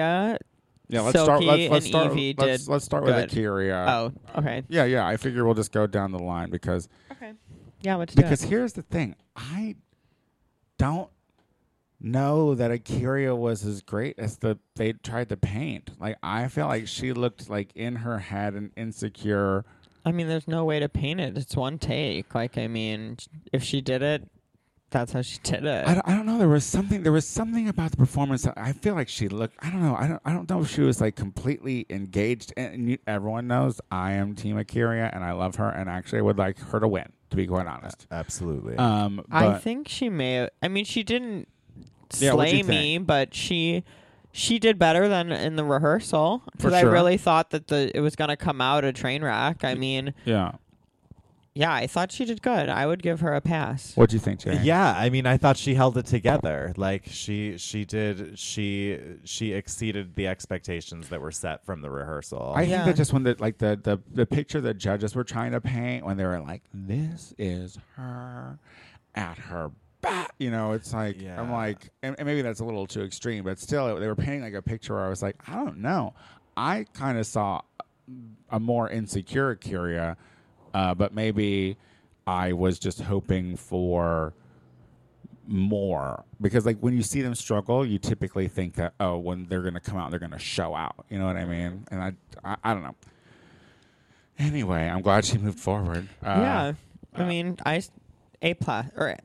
yeah, let's start. Silky Let's, let's and start. Evie Let's, did let's start good. with Akira. oh, okay. Yeah, yeah. I figure we'll just go down the line because Okay. Yeah, let's do Because here's the thing, I don't know that Akira was as great as the they tried to paint. Like I feel like she looked like in her head and insecure. I mean, there's no way to paint it. It's one take. Like, I mean, if she did it, that's how she did it. I don't, I don't know. There was something. There was something about the performance. That I feel like she looked. I don't know. I don't. I don't know if she was like completely engaged. And, and you, everyone knows I am Team Akira, and I love her. And actually, I would like her to win. To be quite honest. Absolutely. Um, I but- think she may. Have, I mean, she didn't Yeah, what'd slay you me, but she she did better than in the rehearsal For because I sure. really thought that the it was going to come out a train wreck. I mean, Yeah. yeah, I thought she did good. I would give her a pass. What do you think, Jay? yeah, I mean, I thought she held it together. Like she she did she she exceeded the expectations that were set from the rehearsal. I Yeah. think that just when the like the, the the picture the judges were trying to paint when they were like, "This is her at her back," you know, it's like I'm Yeah. like, and, and maybe that's a little too extreme, but still, they were painting like a picture where I was like, I don't know, I kind of saw a more insecure Kyria, uh, but maybe I was just hoping for more because like when you see them struggle you typically think that oh when they're gonna come out they're gonna show out you know what i mean and i i, I don't know anyway i'm glad she moved forward uh, yeah, I mean, I s- a plus or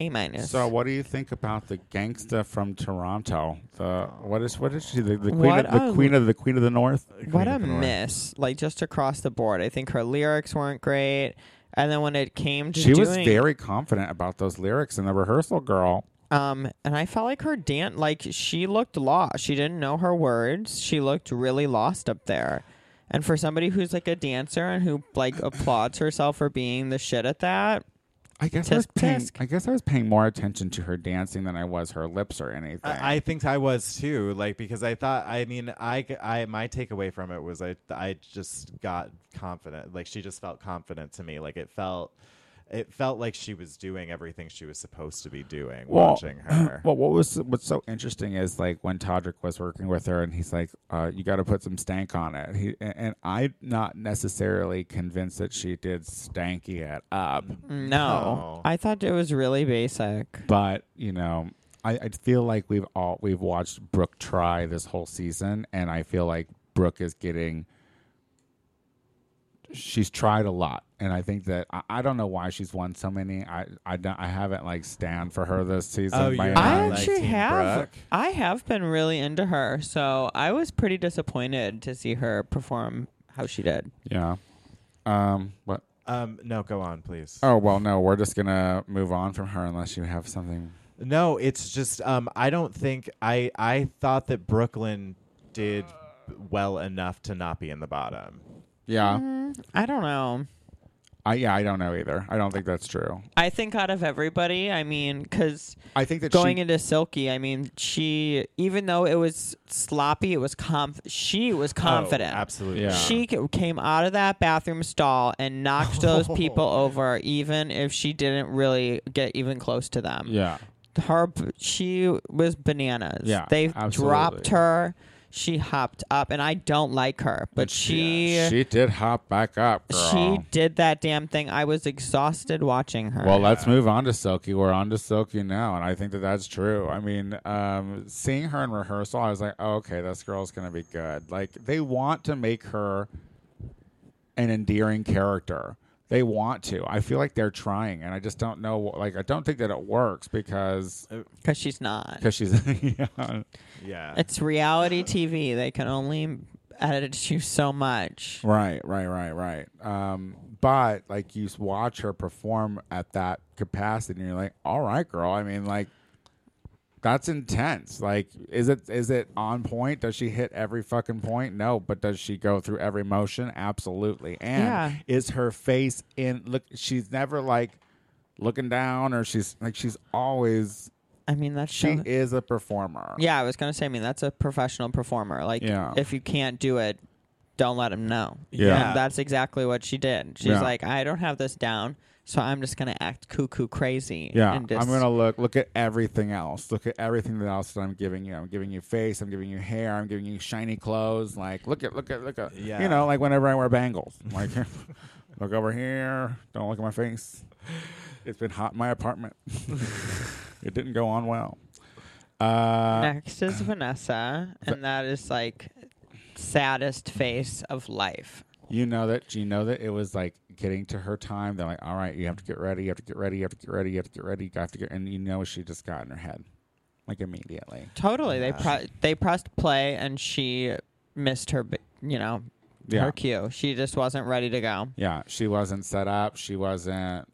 a minus. so what do you think about the gangsta from toronto the what is what is she the, the queen What of, the a- queen of the queen of the north what a miss! Like just across the board, I think her lyrics weren't great. And then when it came to She was doing- very confident about those lyrics in the rehearsal, girl. Um, and I felt like her dance, like she looked lost. She didn't know her words. She looked really lost up there. And for somebody who's like a dancer and who like applauds herself for being the shit at that, I guess I was Tisk, paying. tisk. I guess I was paying more attention to her dancing than I was her lips or anything. I, I think I was too, like because I thought. I mean, I, I my takeaway from it was I I just got confident. Like she just felt confident to me. Like it felt. It felt like she was doing everything she was supposed to be doing. watching her, Well, what was what's so interesting is like when Todrick was working with her, and he's like, uh, "You got to put some stank on it," he, and, and I'm not necessarily convinced that she did stanky it up, no, Oh. I thought it was really basic. but you know, I, I feel like we've all we've watched Brooke try this whole season, and I feel like Brooke is getting. She's tried a lot, and I think that I, I don't know why she's won so many. I I, don't, I haven't like stand for her this season. Oh, by any you're not means. I like actually Team have, Brooke. I have been really into her, so I was pretty disappointed to see her perform how she did. Yeah. Um. What? um, no, go on, please. Oh well, no. We're just gonna move on from her unless you have something. No, it's just um, I don't think I I thought that Brooklyn did well enough to not be in the bottom. Yeah. I don't know. I yeah. I don't know either. I don't think that's true. I think out of everybody, I mean, because I think that going she, into Silky, I mean, she even though it was sloppy, it was conf- she was confident. Oh, absolutely. Yeah. She ca- came out of that bathroom stall and knocked those people over, even if she didn't really get even close to them. Yeah. Her, she was bananas. Yeah, they absolutely. dropped her. She hopped up, and I don't like her, but she Yeah, she, she did hop back up, girl. did that damn thing. I was exhausted watching her. Well, let's move on to Silky. We're on to Silky now, and I think that that's true. I mean, um, seeing her in rehearsal, I was like, oh, okay, this girl's gonna be good. Like they want to make her an endearing character. They want to. I feel like they're trying, and I just don't know. Like I don't think that it works because because she's not. because she's yeah. Yeah. It's reality TV. They can only edit you so much. Right, right, right, right. Um, but like you s- watch her perform at that capacity, and you're like, "All right, girl." I mean, like that's intense. Like, is it is it on point? Does she hit every fucking point? No, but does she go through every motion? Absolutely. And Yeah. is her face in? Look, she's never like looking down, or she's like she's always I mean, that's she so- is a performer. yeah. I was gonna say, I mean, that's a professional performer. Like, Yeah. if you can't do it, don't let him know. Yeah. and that's exactly what she did. She's Yeah. like, I don't have this down, so I'm just gonna act cuckoo crazy. Yeah, and just, I'm gonna look look at everything else. Look at everything that else that I'm giving you. I'm giving you face. I'm giving you hair. I'm giving you shiny clothes. Like look at look at look at. Yeah. You know, like whenever I wear bangles, like look over here. Don't look at my face. It's been hot in my apartment. it didn't go on well. Uh, Next is Vanessa, and that is like saddest face of life. you know that you know that it was like getting to her time. They're like, all right, you have to get ready. You have to get ready. You have to get ready. You have to get ready. You have to get. And you know she just got in her head, like immediately. Totally, they pro- they pressed play, and she missed her. bi- You know. Yeah. Her cue. She just wasn't ready to go. Yeah, she wasn't set up. She wasn't.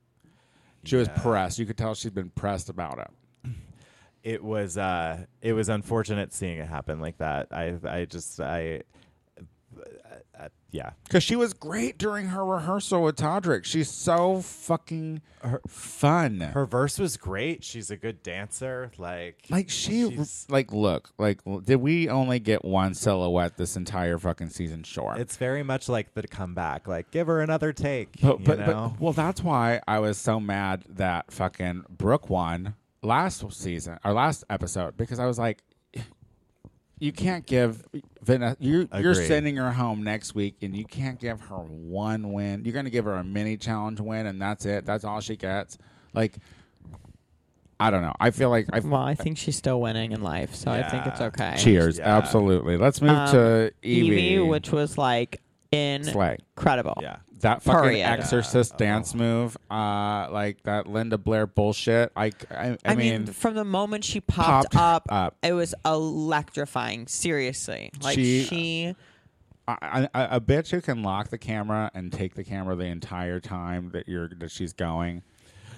She was Yeah. pressed. You could tell she'd been pressed about it. it was uh it was unfortunate seeing it happen like that. I I just I uh, yeah. Because she was great during her rehearsal with Todrick. She's so fucking fun. Her verse was great. She's a good dancer. Like like she, she's- like look, like l- did we only get one silhouette this entire fucking season? Sure. it's very much like the comeback. Like give her another take. But, you but, know? but well, that's why I was so mad that fucking Brooke won last season or last episode because I was like, you can't give Vanessa. You, you're Agreed. sending her home next week, and you can't give her one win. You're going to give her a mini challenge win, and that's it. That's all she gets. Like, I don't know. I feel like I. Well, I think she's still winning in life, so I think it's Yeah. okay. Cheers! Yeah. Absolutely. Let's move Um, to Evie. Evie, which was like Slay. incredible. yeah. That fucking Period. exorcist dance move, uh, like that Linda Blair bullshit. I, I, I I, mean, mean, from the moment she popped popped up, up. it was electrifying. Seriously, like She- she I, I, a bitch who can lock the camera and take the camera the entire time that you're that she's going.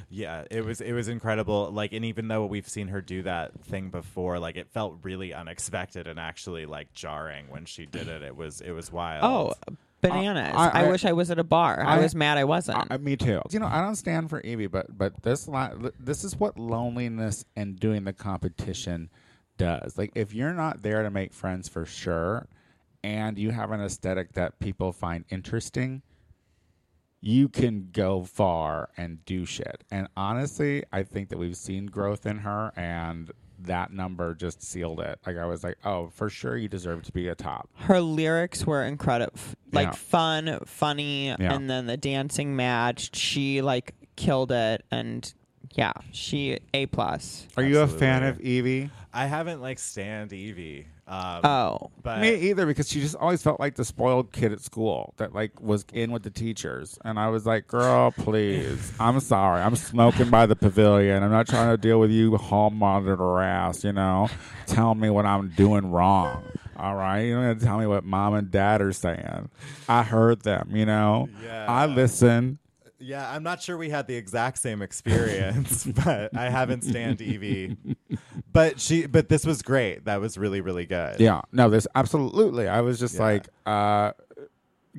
Yeah, it was it was incredible. Like, and even though we've seen her do that thing before, like it felt really unexpected and actually like jarring when she did it. It was it was wild. Oh, bananas! I- I, I- wish I was at a bar. I, I- was mad I wasn't. I, me too. You know, I don't stand for Evie, but but this li- this is what loneliness and doing the competition does. Like, if you're not there to make friends for sure, and you have an aesthetic that people find interesting, you can go far and do shit. And honestly, I think that we've seen growth in her, and that number just sealed it. Like, I was like, oh, for sure, you deserve to be a top. her lyrics were incredible like Yeah. fun funny and then the dancing match she like killed it and yeah she a plus Are you a fan of Evie? I haven't like stand Evie. Um, oh but Uh, Me either, because she just always felt like the spoiled kid at school that like was in with the teachers, and I was like, "Girl, please, I'm sorry, I'm smoking by the pavilion. I'm not trying to deal with you, hall monitor ass. You know, tell me what I'm doing wrong. All right, you don't have to tell me what mom and dad are saying. I heard them. You know, Yeah. I listen. Yeah, I'm not sure we had the exact same experience, but I haven't stand Evie. But she, but this was great. That was really, really good. Yeah, no, this absolutely. I was just Yeah. like, uh,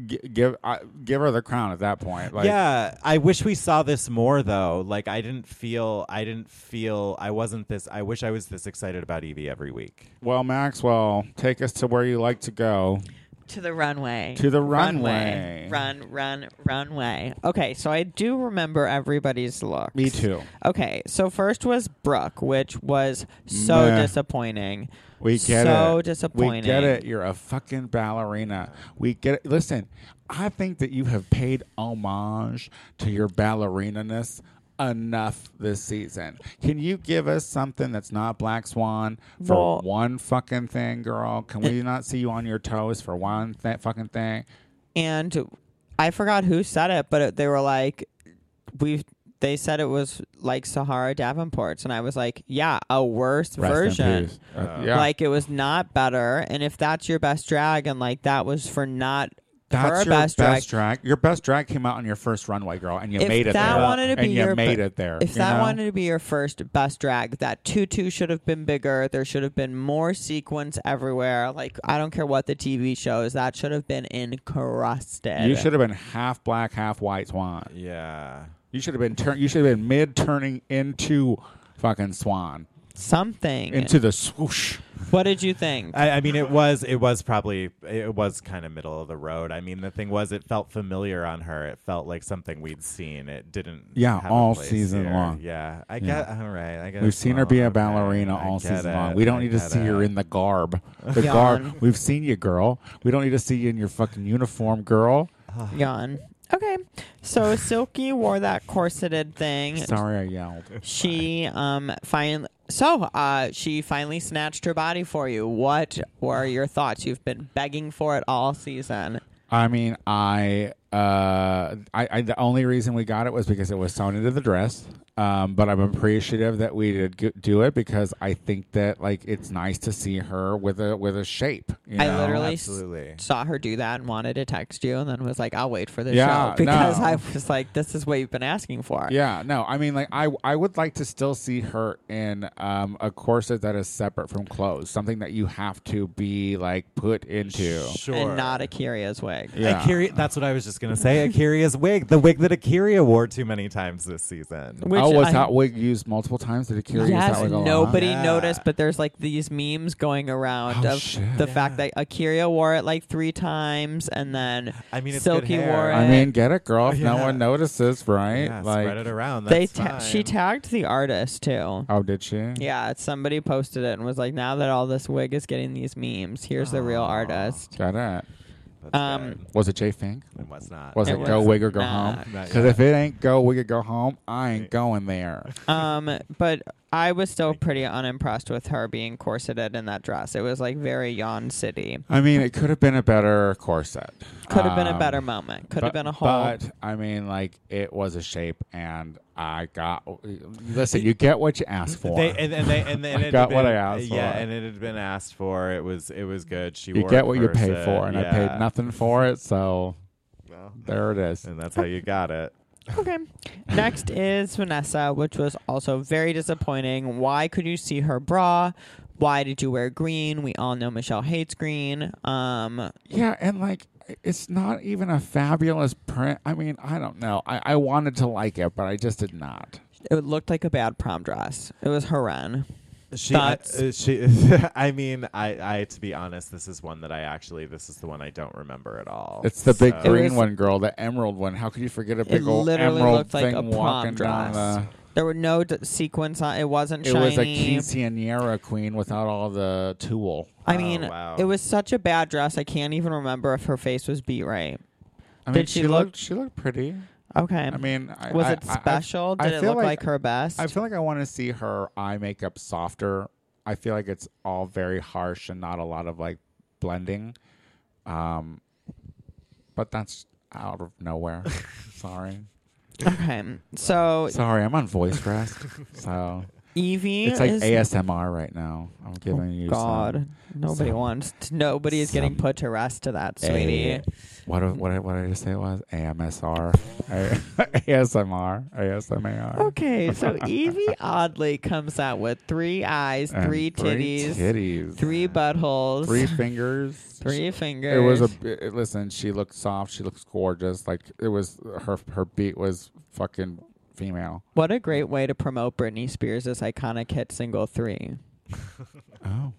g- give I give her the crown at that point. Like, yeah, I wish we saw this more though. Like I didn't feel, I didn't feel, I wasn't this. I wish I was this excited about Evie every week. Well, Maxwell, take us to where you like to go. to the runway To the runway. run run runway okay so i do remember everybody's look Me too. okay so first was brooke which was so Meh. disappointing We get it. so disappointing We get it. You're a fucking ballerina. We get it. Listen, I think that you have paid homage to your ballerinaness enough this season. Can you give us something that's not Black Swan for Well- one fucking thing, girl? Can we not see you on your toes for one th- fucking thing? and I forgot who said it, but it, they were like, "We." They said it was like Sahara Davenport's, and I was like, "Yeah, a worse Rest in version. peace. Uh, yeah. Like it was not better." And if that's your best drag, and like that was for not her That's your best, drag. drag. Your best drag came out on your first runway, girl, and you If made it that there. wanted to and be you your made be- it there. If you that know? wanted to be your first best drag, that tutu should have been bigger. There should have been more sequins everywhere. Like I don't care what the TV shows, that should have been encrusted. you should have been half black, half white swan. Yeah. You should have been turn. You should have been mid turning into fucking swan, something. into the swoosh. what did you think? I, I mean, it was it was probably it was kind of middle of the road. I mean, the thing was, it felt familiar on her. It felt like something we'd seen. It didn't. Yeah, have a all place season here. long. Yeah, I get. All right, I guess We've seen her be a okay, ballerina I all get season it, long. We don't I need to get see her it. in the garb. The Yawn. garb. We've seen you, girl. We don't need to see you in your fucking uniform, girl. Yawn. Okay. So Silky wore that corseted thing. Sorry, I yelled. She um finally so uh she finally snatched her body for you. What were your thoughts? You've been begging for it all season. I mean, I, uh, I, I, the only reason we got it was because it was sewn into the dress. Um, but I'm appreciative that we did go- do it because I think that like it's nice to see her with a with a shape. you I know? literally s- Absolutely. saw her do that and wanted to text you and then was like, I'll wait for the Yeah, show because no. I was like, this is what you've been asking for. Yeah, no, I mean, like, I I would like to still see her in um, a corset that is separate from clothes, something that you have to be like put into. Sure. And not Akira's wig. Yeah. Akira, that's what I was just gonna say. Akira's wig, the wig that Akira wore too many times this season. Which oh, was I- that wig used multiple times? Did Akira use Yes, that wig a lot? nobody Yeah. noticed, but there's like these memes going around Oh, of shit. the fact that Akira wore it like three times, and then I mean, it's good Silky hair. wore it. I mean, get it, girl. If no Yeah. one notices, right? Yeah, spread it around. they That's ta- she fine. tagged the artist too. oh, did she? Yeah, somebody posted it and was like, "Now that all this wig is getting these memes, here's the real artist." Got it. That's um, good. Was it Jay Fink? And what's not? Was It it, was Go Wig or Go not. Home? Not Because yet. if it ain't Go Wig or Go Home, I ain't going there. Um, but I was still pretty unimpressed with her being corseted in that dress. It was like very yawn city. I mean, it could have been a better corset. Could have been a Um, better moment. Could have but- been a whole. But I mean, like it was a shape, and I got. Listen, you get what you ask for. They and, and they and then I it had got what been- I asked Yeah, for. and it had been asked for. It was it was good. She you wore get it what you pay first, for, and I yeah. paid nothing for it, so Well, there it is. and that's how you got it. Okay. Next is Vanessa, which was also very disappointing. Why could you see her bra? Why did you wear green? We all know Michelle hates green. Um, Yeah, and like it's not even a fabulous print. I mean, I don't know. I, I wanted to like it, but I just did not. it looked like a bad prom dress. It was horrend. She, Thoughts? uh, she. I mean, I, I. To be honest, this is one that I actually. This is the one I don't remember at all. It's the big So- green was- one, girl, the emerald one. How could you forget a It big old literally emerald looked like thing a prom walking down dress. the? There were no d- sequins on. It wasn't It shiny. was a quinceanera queen without all the tulle. I Oh, mean, wow. it was such a bad dress. I can't even remember if her face was beat right. I Did mean, she she, look- looked she looked pretty. Okay. I mean, I, was I- it I- I- special? I Did it feel look like, her best? I feel like I want to see her eye makeup softer. I feel like it's all very harsh and not a lot of like blending. Um, but that's out of nowhere. Sorry, okay. So sorry, I'm on voice rest, so Evie it's like is Oh, ASMR right now. I'm giving you some- God. Nobody some- wants. To, nobody is getting some- put to rest to that, sweetie. A- what do- what did- what did I just say it was? AMSR, A- ASMR, ASMR. Okay, so Evie oddly comes out with three eyes, And three titties, three titties, three buttholes, three fingers, three fingers. It was a bi- it- listen. She looked soft. She looks gorgeous. Like it was her her beat was fucking female. what a great way to promote Britney Spears' iconic hit single three. Oh,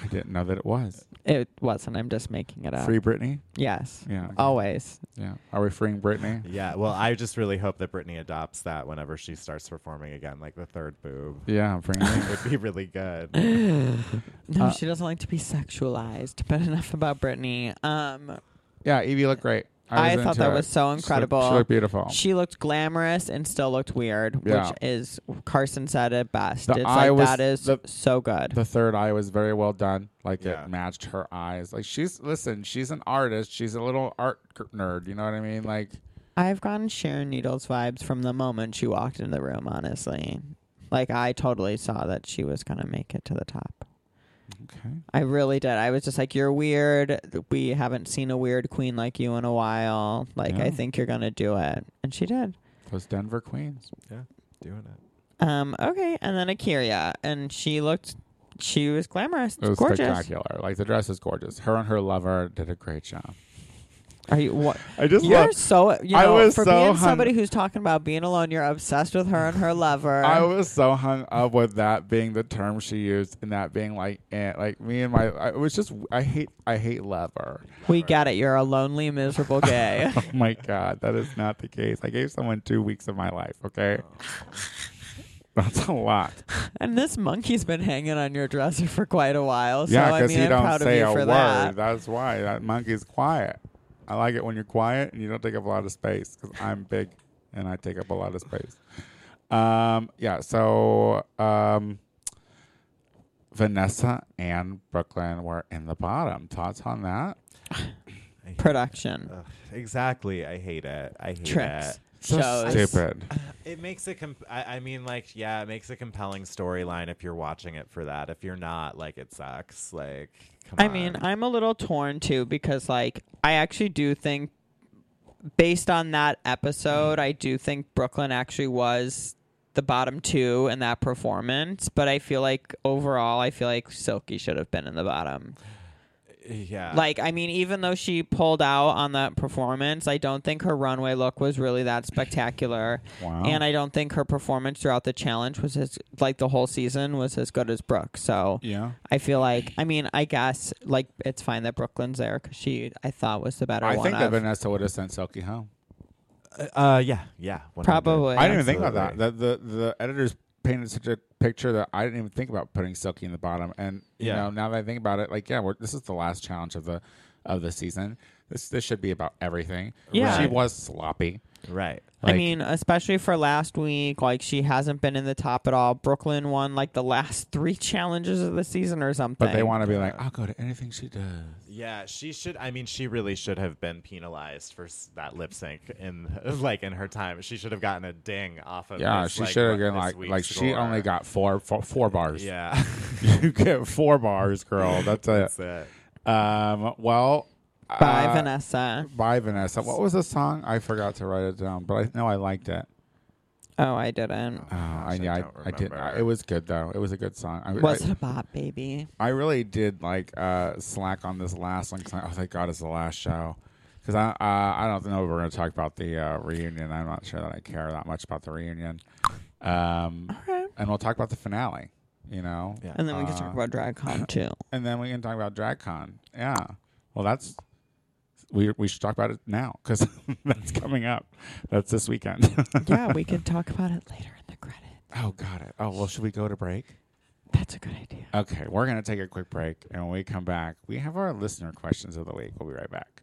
I didn't know that it was It wasn't. I'm just making it up. free Britney. Yes. Yeah, okay. Always. yeah. Are we freeing Britney? Yeah. Well, I just really hope that Britney adopts that whenever she starts performing again, like the third boob. Yeah, bring it. It would be really good. No, Uh, she doesn't like to be sexualized. But enough about Britney. Um, yeah, Evie looked great. I, was thought into that it. was so She looked- incredible. She looked, beautiful. She looked glamorous and still looked weird, Yeah. which is Carson said it best. The it's eye like was- that is the- so good. the third eye was very well done. Like Yeah. it matched her eyes. Like she's listen. She's an artist. She's a little art c- nerd. You know what I mean? Like I've gotten Sharon Needles vibes from the moment she walked into the room, honestly. Like I totally saw that she was gonna make it to the top. okay. I really did. I was just like, You're weird. We haven't seen a weird queen like you in a while. Like I Yeah. think you're gonna do it. And she did. Those Denver Queens. Doing it. Um, okay, and then Akiria and she looked she was glamorous. It was gorgeous. spectacular. Like the dress is gorgeous. Her and her lover did a great job. Are you what I just You're so you know, I was for so being hung- somebody who's talking about being alone, you're obsessed with her and her lover. I was so hung up with that being the term she used, and that being like, eh, like me and my. I, it was just I hate I hate lover. we get it. You're a lonely, miserable gay. Oh my god, that is not the case. I gave someone two weeks of my life. Okay, that's a lot. and this monkey's been hanging on your dresser for quite a while. So yeah, I because mean, he I'm don't proud say of a you for word. that. That's why that monkey's quiet. I like it when you're quiet and you don't take up a lot of space because I'm big and I take up a lot of space. Um, yeah, so um, Vanessa and Brooklyn were in the bottom. Thoughts on that? I hate- Production Uh, Ugh, exactly. I hate it. I hate tricks. it. So shows. stupid. It makes a comp- I, I mean, like, yeah, it makes a compelling storyline if you're watching it for that. If you're not, like, it sucks. Like, come I on. mean, I'm a little torn too because, like, I actually do think, based on that episode, I do think Brooklyn actually was the bottom two in that performance. But I feel like overall, I feel like Silky should have been in the bottom. Uh, yeah. Like, I mean, even though she pulled out on that performance, I don't think her runway look was really that spectacular. Wow. And I don't think her performance throughout the challenge was as, like, the whole season was as good as Brooke. So yeah. I feel like, I mean, I guess, like, it's fine that Brooklyn's there because she, I thought, was the better I one. think that of- Vanessa would have sent Silky home. uh, yeah, yeah. 100. Probably. I didn't even think about that. Absolutely. The, the the editors painted such a picture that I didn't even think about putting Silky in the bottom. And you Yeah. know, now that I think about it, like yeah, we're, this is the last challenge of the of the season. This this should be about everything. Yeah. she was sloppy. Right. I Like- mean, especially for last week, like she hasn't been in the top at all. Brooklyn won like the last three challenges of the season or something. But they want to be like, "Oh, I'll go to anything she does. Yeah, she should. I mean, she really should have been penalized for s- that lip sync in like in her time. She should have gotten a ding off of. Yeah, this, she like, should have what been this like, week's like she score. only got four, four, four bars. Yeah, you get four bars, girl. That's it. that's it. Um, well, by uh, Vanessa. By Vanessa. What was the song? I forgot to write it down, but I know I liked it. Oh, I didn't. Oh, I, Gosh, I yeah, I, don't I did. I, remember. it was good though. It was a good song. I, Was I, it a bop, baby? I really did like uh, slack on this last one. 'cause I, oh, thank God it's the last show. Because I uh, I don't know if we're going to talk about the uh, reunion. I'm not sure that I care that much about the reunion. Um, And we'll talk about the finale. You know. Yeah. And then we can Uh, talk about DragCon too. And then we can talk about DragCon. Yeah. Well, that's we we should talk about it now because that's coming up. That's this weekend. yeah, we could talk about it later in the credits. oh, got it. Oh, well, should we go to break? That's a good idea. Okay, we're going to take a quick break. And when we come back, we have our listener questions of the week. We'll be right back.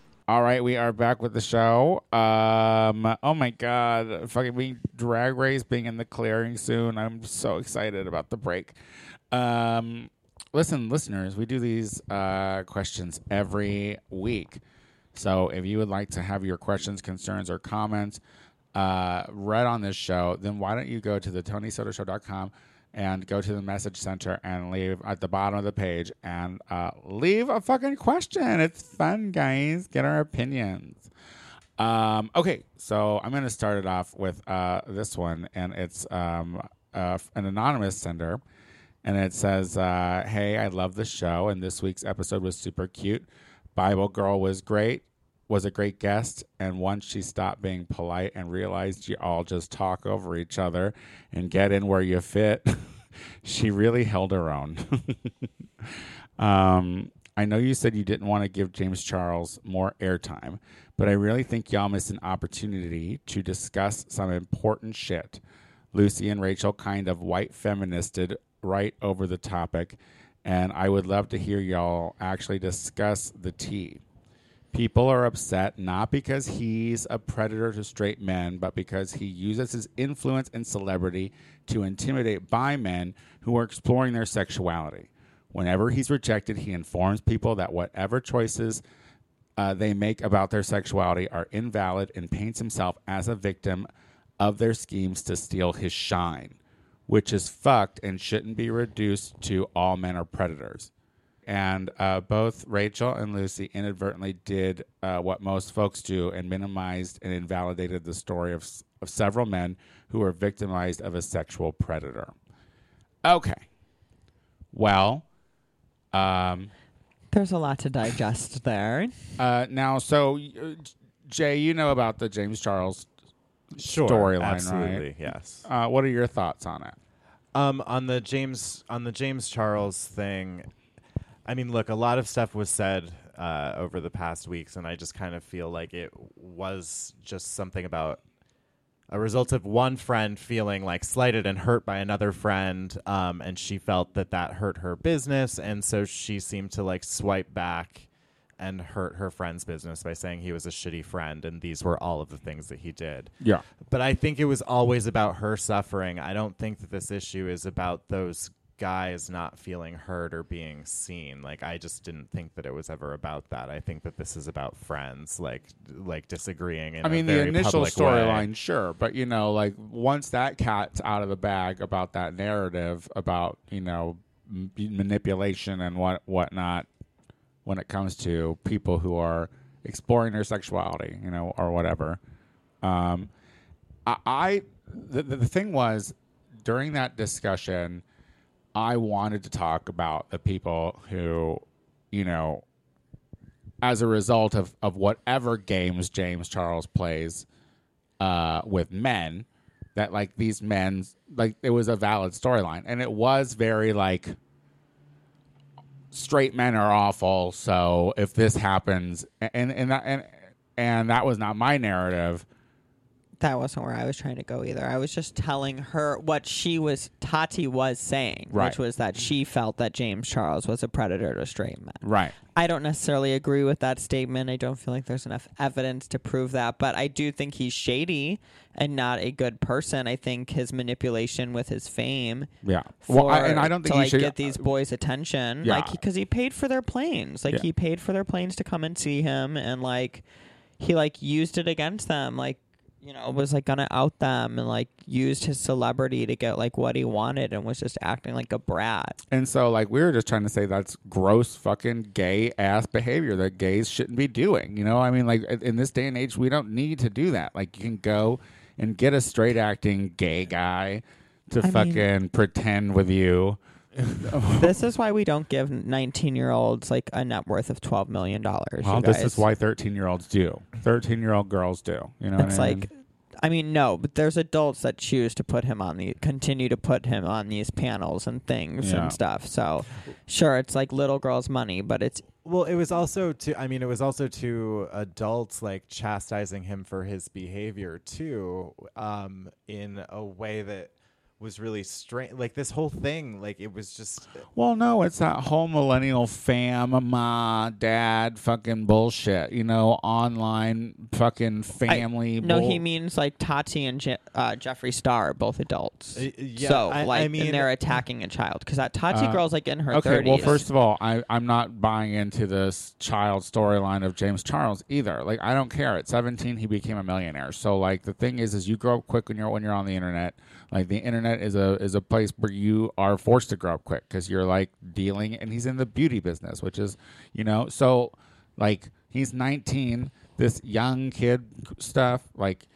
All right, we are back with the show. Um, oh my god, fucking being drag race being in the clearing soon. I'm so excited about the break. Um, listen, listeners, we do these uh, questions every week. So if you would like to have your questions, concerns, or comments uh, read on this show, then why don't you go to the TonySotoShow.com and go to the message center and leave at the bottom of the page and uh, leave a fucking question. It's fun, guys. Get our opinions. Um, okay, so I'm going to start it off with uh, this one, and it's um, uh, an anonymous sender. And it says, uh, Hey, I love the show, and this week's episode was super cute. Bible Girl was great, was a great guest. And once she stopped being polite and realized you all just talk over each other and get in where you fit, she really held her own. Um, I know you said you didn't want to give James Charles more airtime, but I really think y'all missed an opportunity to discuss some important shit. Lucy and Rachel kind of white feministed right over the topic, and I would love to hear y'all actually discuss the tea. People are upset not because he's a predator to straight men, but because he uses his influence and celebrity to intimidate bi men who are exploring their sexuality. Whenever he's rejected, he informs people that whatever choices uh, they make about their sexuality are invalid and paints himself as a victim of their schemes to steal his shine, which is fucked and shouldn't be reduced to all men are predators and uh, both Rachel and Lucy inadvertently did uh, what most folks do and minimized and invalidated the story of, s- of several men who were victimized of a sexual predator. Okay. Well, um, There's a lot to digest there. uh, now, so uh, Jay, you know about the James Charles. Sure, Storyline, right? absolutely, yes. Uh, what are your thoughts on it? Um, on the James on the James Charles thing, I mean, look, a lot of stuff was said uh, over the past weeks, and I just kind of feel like it was just something about a result of one friend feeling like slighted and hurt by another friend, um, and she felt that that hurt her business, and so she seemed to like swipe back and hurt her friend's business by saying he was a shitty friend, and these were all of the things that he did Yeah. but I think it was always about her suffering. I don't think that this issue is about those guys not feeling heard or being seen. Like I just didn't think that it was ever about that. I think that this is about friends, like like disagreeing. In I a mean, the very initial public way. storyline, sure, but you know, like once that cat's out of the bag about that narrative about you know m- manipulation and what whatnot, when it comes to people who are exploring their sexuality, you know, or whatever. Um, I, I the, the the thing was during that discussion, I wanted to talk about the people who, you know, as a result of, of whatever games James Charles plays uh, with men, that like these men like it was a valid storyline and it was very like straight men are awful so if this happens and and that, and and that was not my narrative That wasn't where I was trying to go either. I was just telling her what she was, Tati was saying, Right. which was that she felt that James Charles was a predator to straight men. right I don't necessarily agree with that statement. I don't feel like there's enough evidence to prove that, but I do think he's shady and not a good person. I think his manipulation with his fame. yeah well I, for- and i don't think to you like should uh, get these boys' attention, Yeah. like because he paid for their planes, like Yeah. he paid for their planes to come and see him, and like he like used it against them, like you know was like gonna out them, and like used his celebrity to get like what he wanted, and was just acting like a brat. And so, like, we were just trying to say that's gross, fucking gay ass behavior that gays shouldn't be doing. You know, I mean, like, in in this day and age, we don't need to do that. Like, you can go and get a straight acting gay guy to mean- fucking pretend with you. this is why we don't give nineteen year olds like a net worth of twelve million dollars. Well, this is why 13 year olds do. 13 year old girls do. You know, what it's I mean? like. I mean, no, but there's adults that choose to put him on the continue to put him on these panels and things Yeah. and stuff. So, sure, it's like little girls' money, but it's Well, it was also to I mean it was also to adults like chastising him for his behavior too um in a way that was really strange like this whole thing like it was just Well, no, it's that whole millennial fam, ma, dad, fucking bullshit. You know, online fucking I- family. no, bull- he means like Tati and Je- uh, Jeffree Star, are both adults. Uh, yeah, so I- I like, mean- and they're attacking a child because that Tati Uh, girl's like in her okay 30s. well first of all I, i'm not buying into this child storyline of james charles either like i don't care at 17 he became a millionaire so like the thing is is you grow up quick when you're when you're on the internet like the internet is a is a place where you are forced to grow up quick because you're like dealing and he's in the beauty business which is you know so like he's 19 this young kid stuff like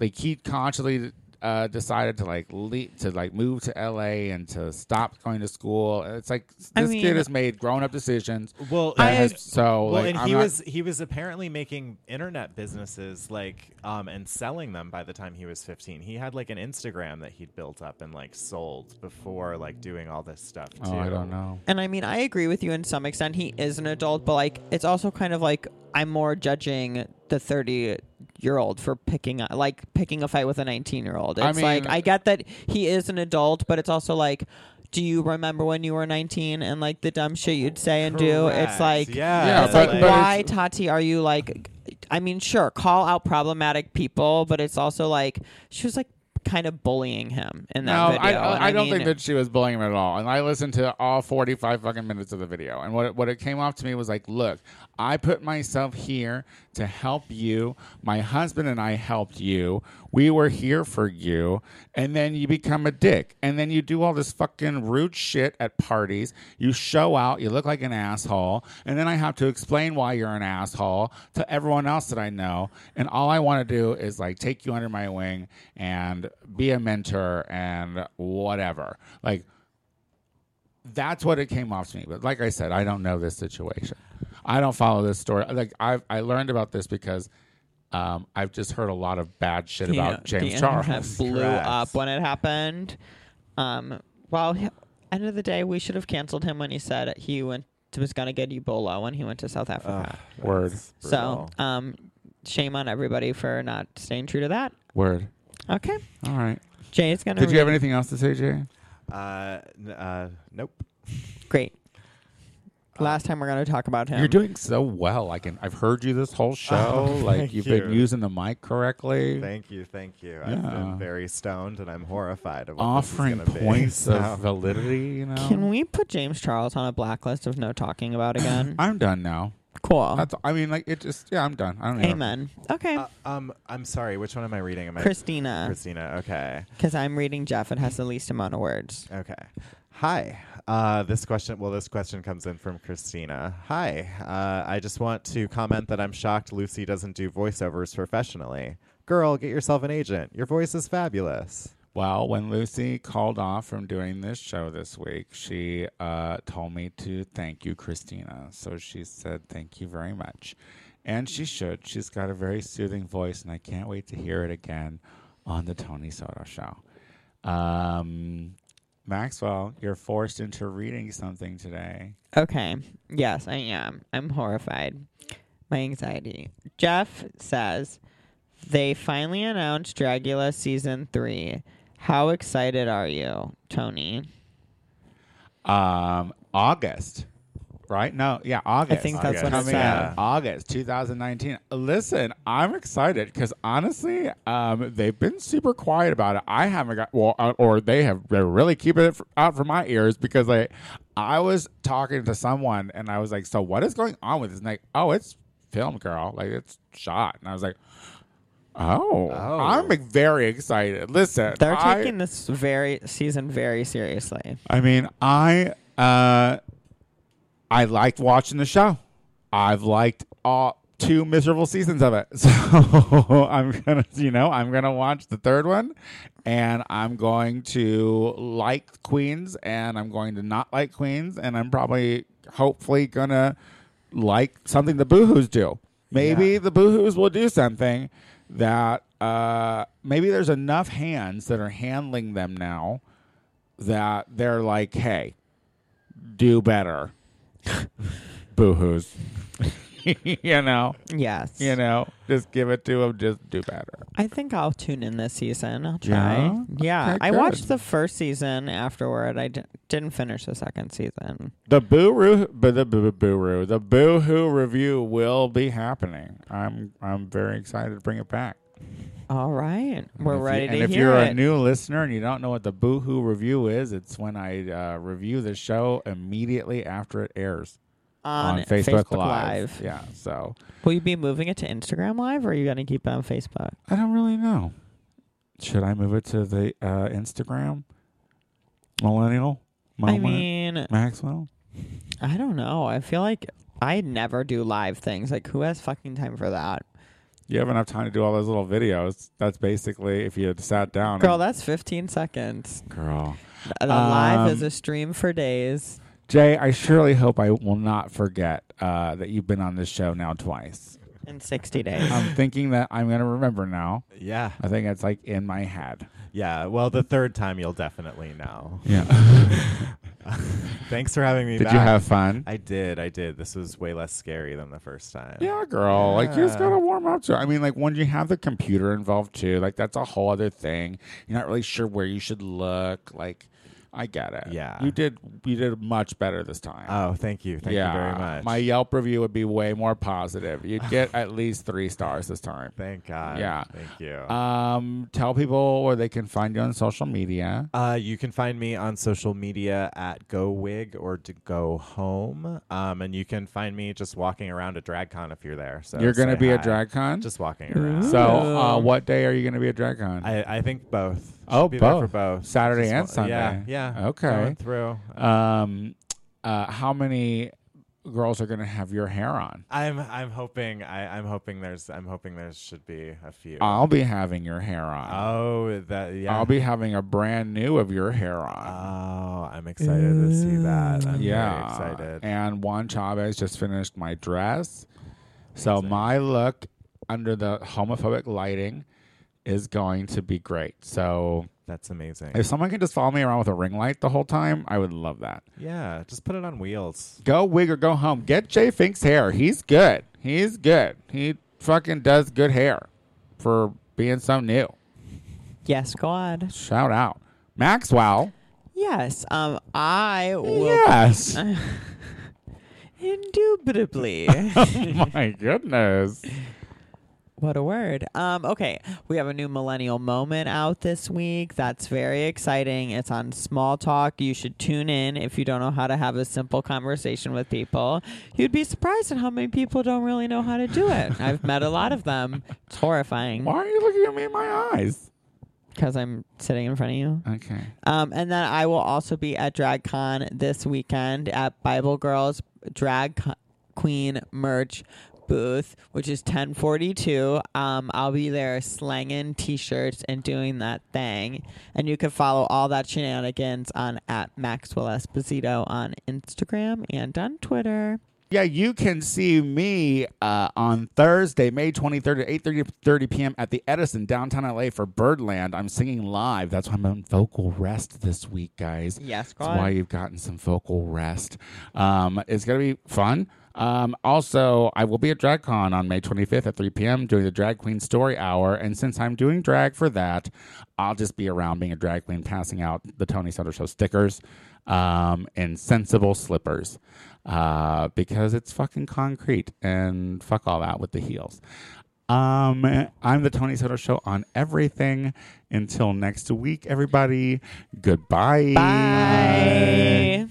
like he consciously uh, decided to like le- to like move to LA and to stop going to school. It's like this I mean- kid has made grown up decisions. well I has, so well like, and I'm he not- was he was apparently making internet businesses like um and selling them by the time he was 15 he had like an instagram that he'd built up and like sold before like doing all this stuff too Oh, I don't know. and I mean, I agree with you in some extent. He is an adult, but like, it's also kind of like I'm more judging the 30 year old for picking a, like picking a fight with a 19 year old. It's I mean- like I get that he is an adult, but it's also like. Do you remember when you were 19 and like the dumb shit you'd say and do? It's Correct. like yeah, Yeah, it's but- like but why it's- tati are you like i mean sure call out problematic people but it's also like she was like kind of bullying him in that No, video I, I, I don't mean, think that she was bullying him at all. And I listened to all 45 fucking minutes of the video. And what it, what it came off to me was like, look, I put myself here to help you. My husband and I helped you. We were here for you. And then you become a dick. And then you do all this fucking rude shit at parties. You show out. You look like an asshole. And then I have to explain why you're an asshole to everyone else that I know. And all I want to do is like take you under my wing and be a mentor and whatever. Like that's what it came off to me. But like I said, I don't know this situation. I don't follow this story. Like I've I learned about this because um, I've just heard a lot of bad shit you know, about James the Charles. internet blew Correct. up when it happened um well he- end of the day we should have canceled him when he said he went was going to get ebola when he went to south africa Word. so um shame on everybody for not staying true to that Word. okay All right. jay is going to Did you have anything else to say, Jay? uh, n- uh nope great last time we're going to talk about him You're doing so well. I can. I've heard you this whole show. Um, Oh, like thank you've been you. using the mic correctly, Thank you, thank you. I've Yeah. been very stoned and I'm horrified of what offering this is gonna be. points So- of validity. You know, Can we put James Charles on a blacklist of no talking about again? I'm done now. Oh. cool. That's. I mean, like it just. Yeah, I'm done. I don't. know. Amen. Okay. Uh, um, I'm sorry. Which one am I reading? Am I Christina, Christina? Okay, because I'm reading Jeff. It has the least amount of words. okay. Hi. Uh, this question. Well, this question comes in from Christina. Hi. Uh, I just want to comment that I'm shocked Lucy doesn't do voiceovers professionally. Girl, get yourself an agent. Your voice is fabulous. Well, when Lucy called off from doing this show this week, she uh, told me to thank you, Christina. So she said, Thank you very much. And she should. She's got a very soothing voice, and I can't wait to hear it again on the Tony Soto show. Um, Maxwell, you're forced into reading something today. Okay. Yes, I am. I'm horrified. My anxiety. Jeff says they finally announced Dragula season three. How excited are you, Tony? Um, August, right? No, yeah, August. think that's uh, August. when it Coming out. said. August 2019. Listen, I'm excited because honestly, um, they've been super quiet about it. I haven't got well, uh, or they have they're really keeping it fr- out from my ears because I, I was talking to someone and I was like, "So what is going on with this?" And like, "Oh, it's film, girl. Like it's shot." And I was like. Oh, Oh. I'm very excited. Listen, They're I- taking this very season very seriously. I mean, I uh, I liked watching the show. I've liked all two miserable seasons of it. So I'm gonna, you know, I'm gonna watch the third one, and I'm going to like Queens, and I'm going to not like Queens, and I'm probably, hopefully, gonna like something the Boohoo's do. Maybe Yeah. the Boohoo's will do something that uh, maybe there's enough hands that are handling them now that they're like, hey, do better. Boo hoos. you know, Yes. you know, just give it to them, just do better. I think I'll tune in this season. I'll try. Yeah? Yeah. Okay, I good. watched the first season afterward. I d- didn't finish the second season. The boo roo, but the boo boo roo, the boo hoo review will be happening. I'm I'm very excited to bring it back. All right. We're If you- ready and to if hear you're it. a new listener and you don't know what the boo hoo review is, it's when I uh, review the show immediately after it airs on, Facebook, Facebook, Live. Yeah, so Will you be moving it to Instagram Live or are you going to keep it on Facebook? I don't really know. Should I move it to the uh, Instagram? Millennial? I Moment? mean, Maxwell? I don't know. I feel like I never do live things. Like, who has fucking time for that? You have enough time to do all those little videos. That's basically if you had sat down. Girl, that's 15 seconds. Girl. A live Um, is a stream for days. Jay, I surely hope I will not forget uh, that you've been on this show now twice. In 60 days. I'm thinking that I'm going to remember now. Yeah. I think it's like in my head. Yeah. Well, the third time you'll definitely know. Yeah. Thanks for having me Did back. you have fun? I did. I did. This was way less scary than the first time. Yeah, girl. Like you just Yeah. gotta warm up to. it. I mean, like when you have the computer involved too, like that's a whole other thing. You're not really sure where you should look. Like, I get it. Yeah. you did. You did much better this time. Oh, thank you. Thank yeah, you very much. My Yelp review would be way more positive. You'd get at least three stars this time. Thank God. Yeah. Thank you. Um, tell people where they can find you on social media. Uh, you can find me on social media at Go Wig or to Go Home, um, and you can find me just walking around at DragCon if you're there. So You're gonna say be hi. at DragCon. Just walking around. so, uh, what day are you gonna be at DragCon? I, I think both. Should Oh, be there both. for both Saturday Just and wa- Sunday. Yeah, yeah. Okay. Going through. um, uh, how many girls are going to have your hair on? I'm I'm hoping I, I'm hoping there's I'm hoping there should be a few. I'll be having your hair on. oh, that yeah. Uh, I'll be having a brand new of your hair on. Oh, I'm excited to see that. I'm yeah, very excited. And Juan Chavez just finished my dress, so my look under the homophobic lighting is going to be great. So That's amazing. if someone can just follow me around with a ring light the whole time, I would love that. yeah, just put it on wheels. Go wig or go home. Get Jay Fink's hair. He's good. He's good. He fucking does good hair for being so new. yes, God. Shout out. Maxwell. Yes. Um, I will. Yes. Indubitably. My goodness. What a word. Um, okay, we have a new millennial moment out this week. That's very exciting. It's on Small Talk. You should tune in if you don't know how to have a simple conversation with people. You'd be surprised at how many people don't really know how to do it. I've met a lot of them. It's horrifying Why are you looking at me in my eyes? because I'm sitting in front of you. Okay. Um, and then I will also be at DragCon this weekend at Bible Girls Drag Co- Queen merch booth, which is 1042. Um, I'll be there slanging t-shirts and doing that thing. And you can follow all that shenanigans on at Maxwell Esposito on Instagram and on Twitter. Yeah, you can see me uh, on Thursday, May 23rd at 8.30 30 p.m. at the Edison, downtown LA for Birdland. I'm singing live. That's why I'm on vocal rest this week, guys. Yes, go That's on. why you've gotten some vocal rest. Um, it's going to be fun. Um, also, I will be at DragCon on May 25th at 3 p.m. doing the Drag Queen Story Hour. And since I'm doing drag for that, I'll just be around being a drag queen, passing out the Tony Sutter Show stickers um, and sensible slippers uh, because it's fucking concrete and fuck all that with the heels. Um, I'm the Tony Soto Show on everything. Until next week, everybody. Goodbye. Bye.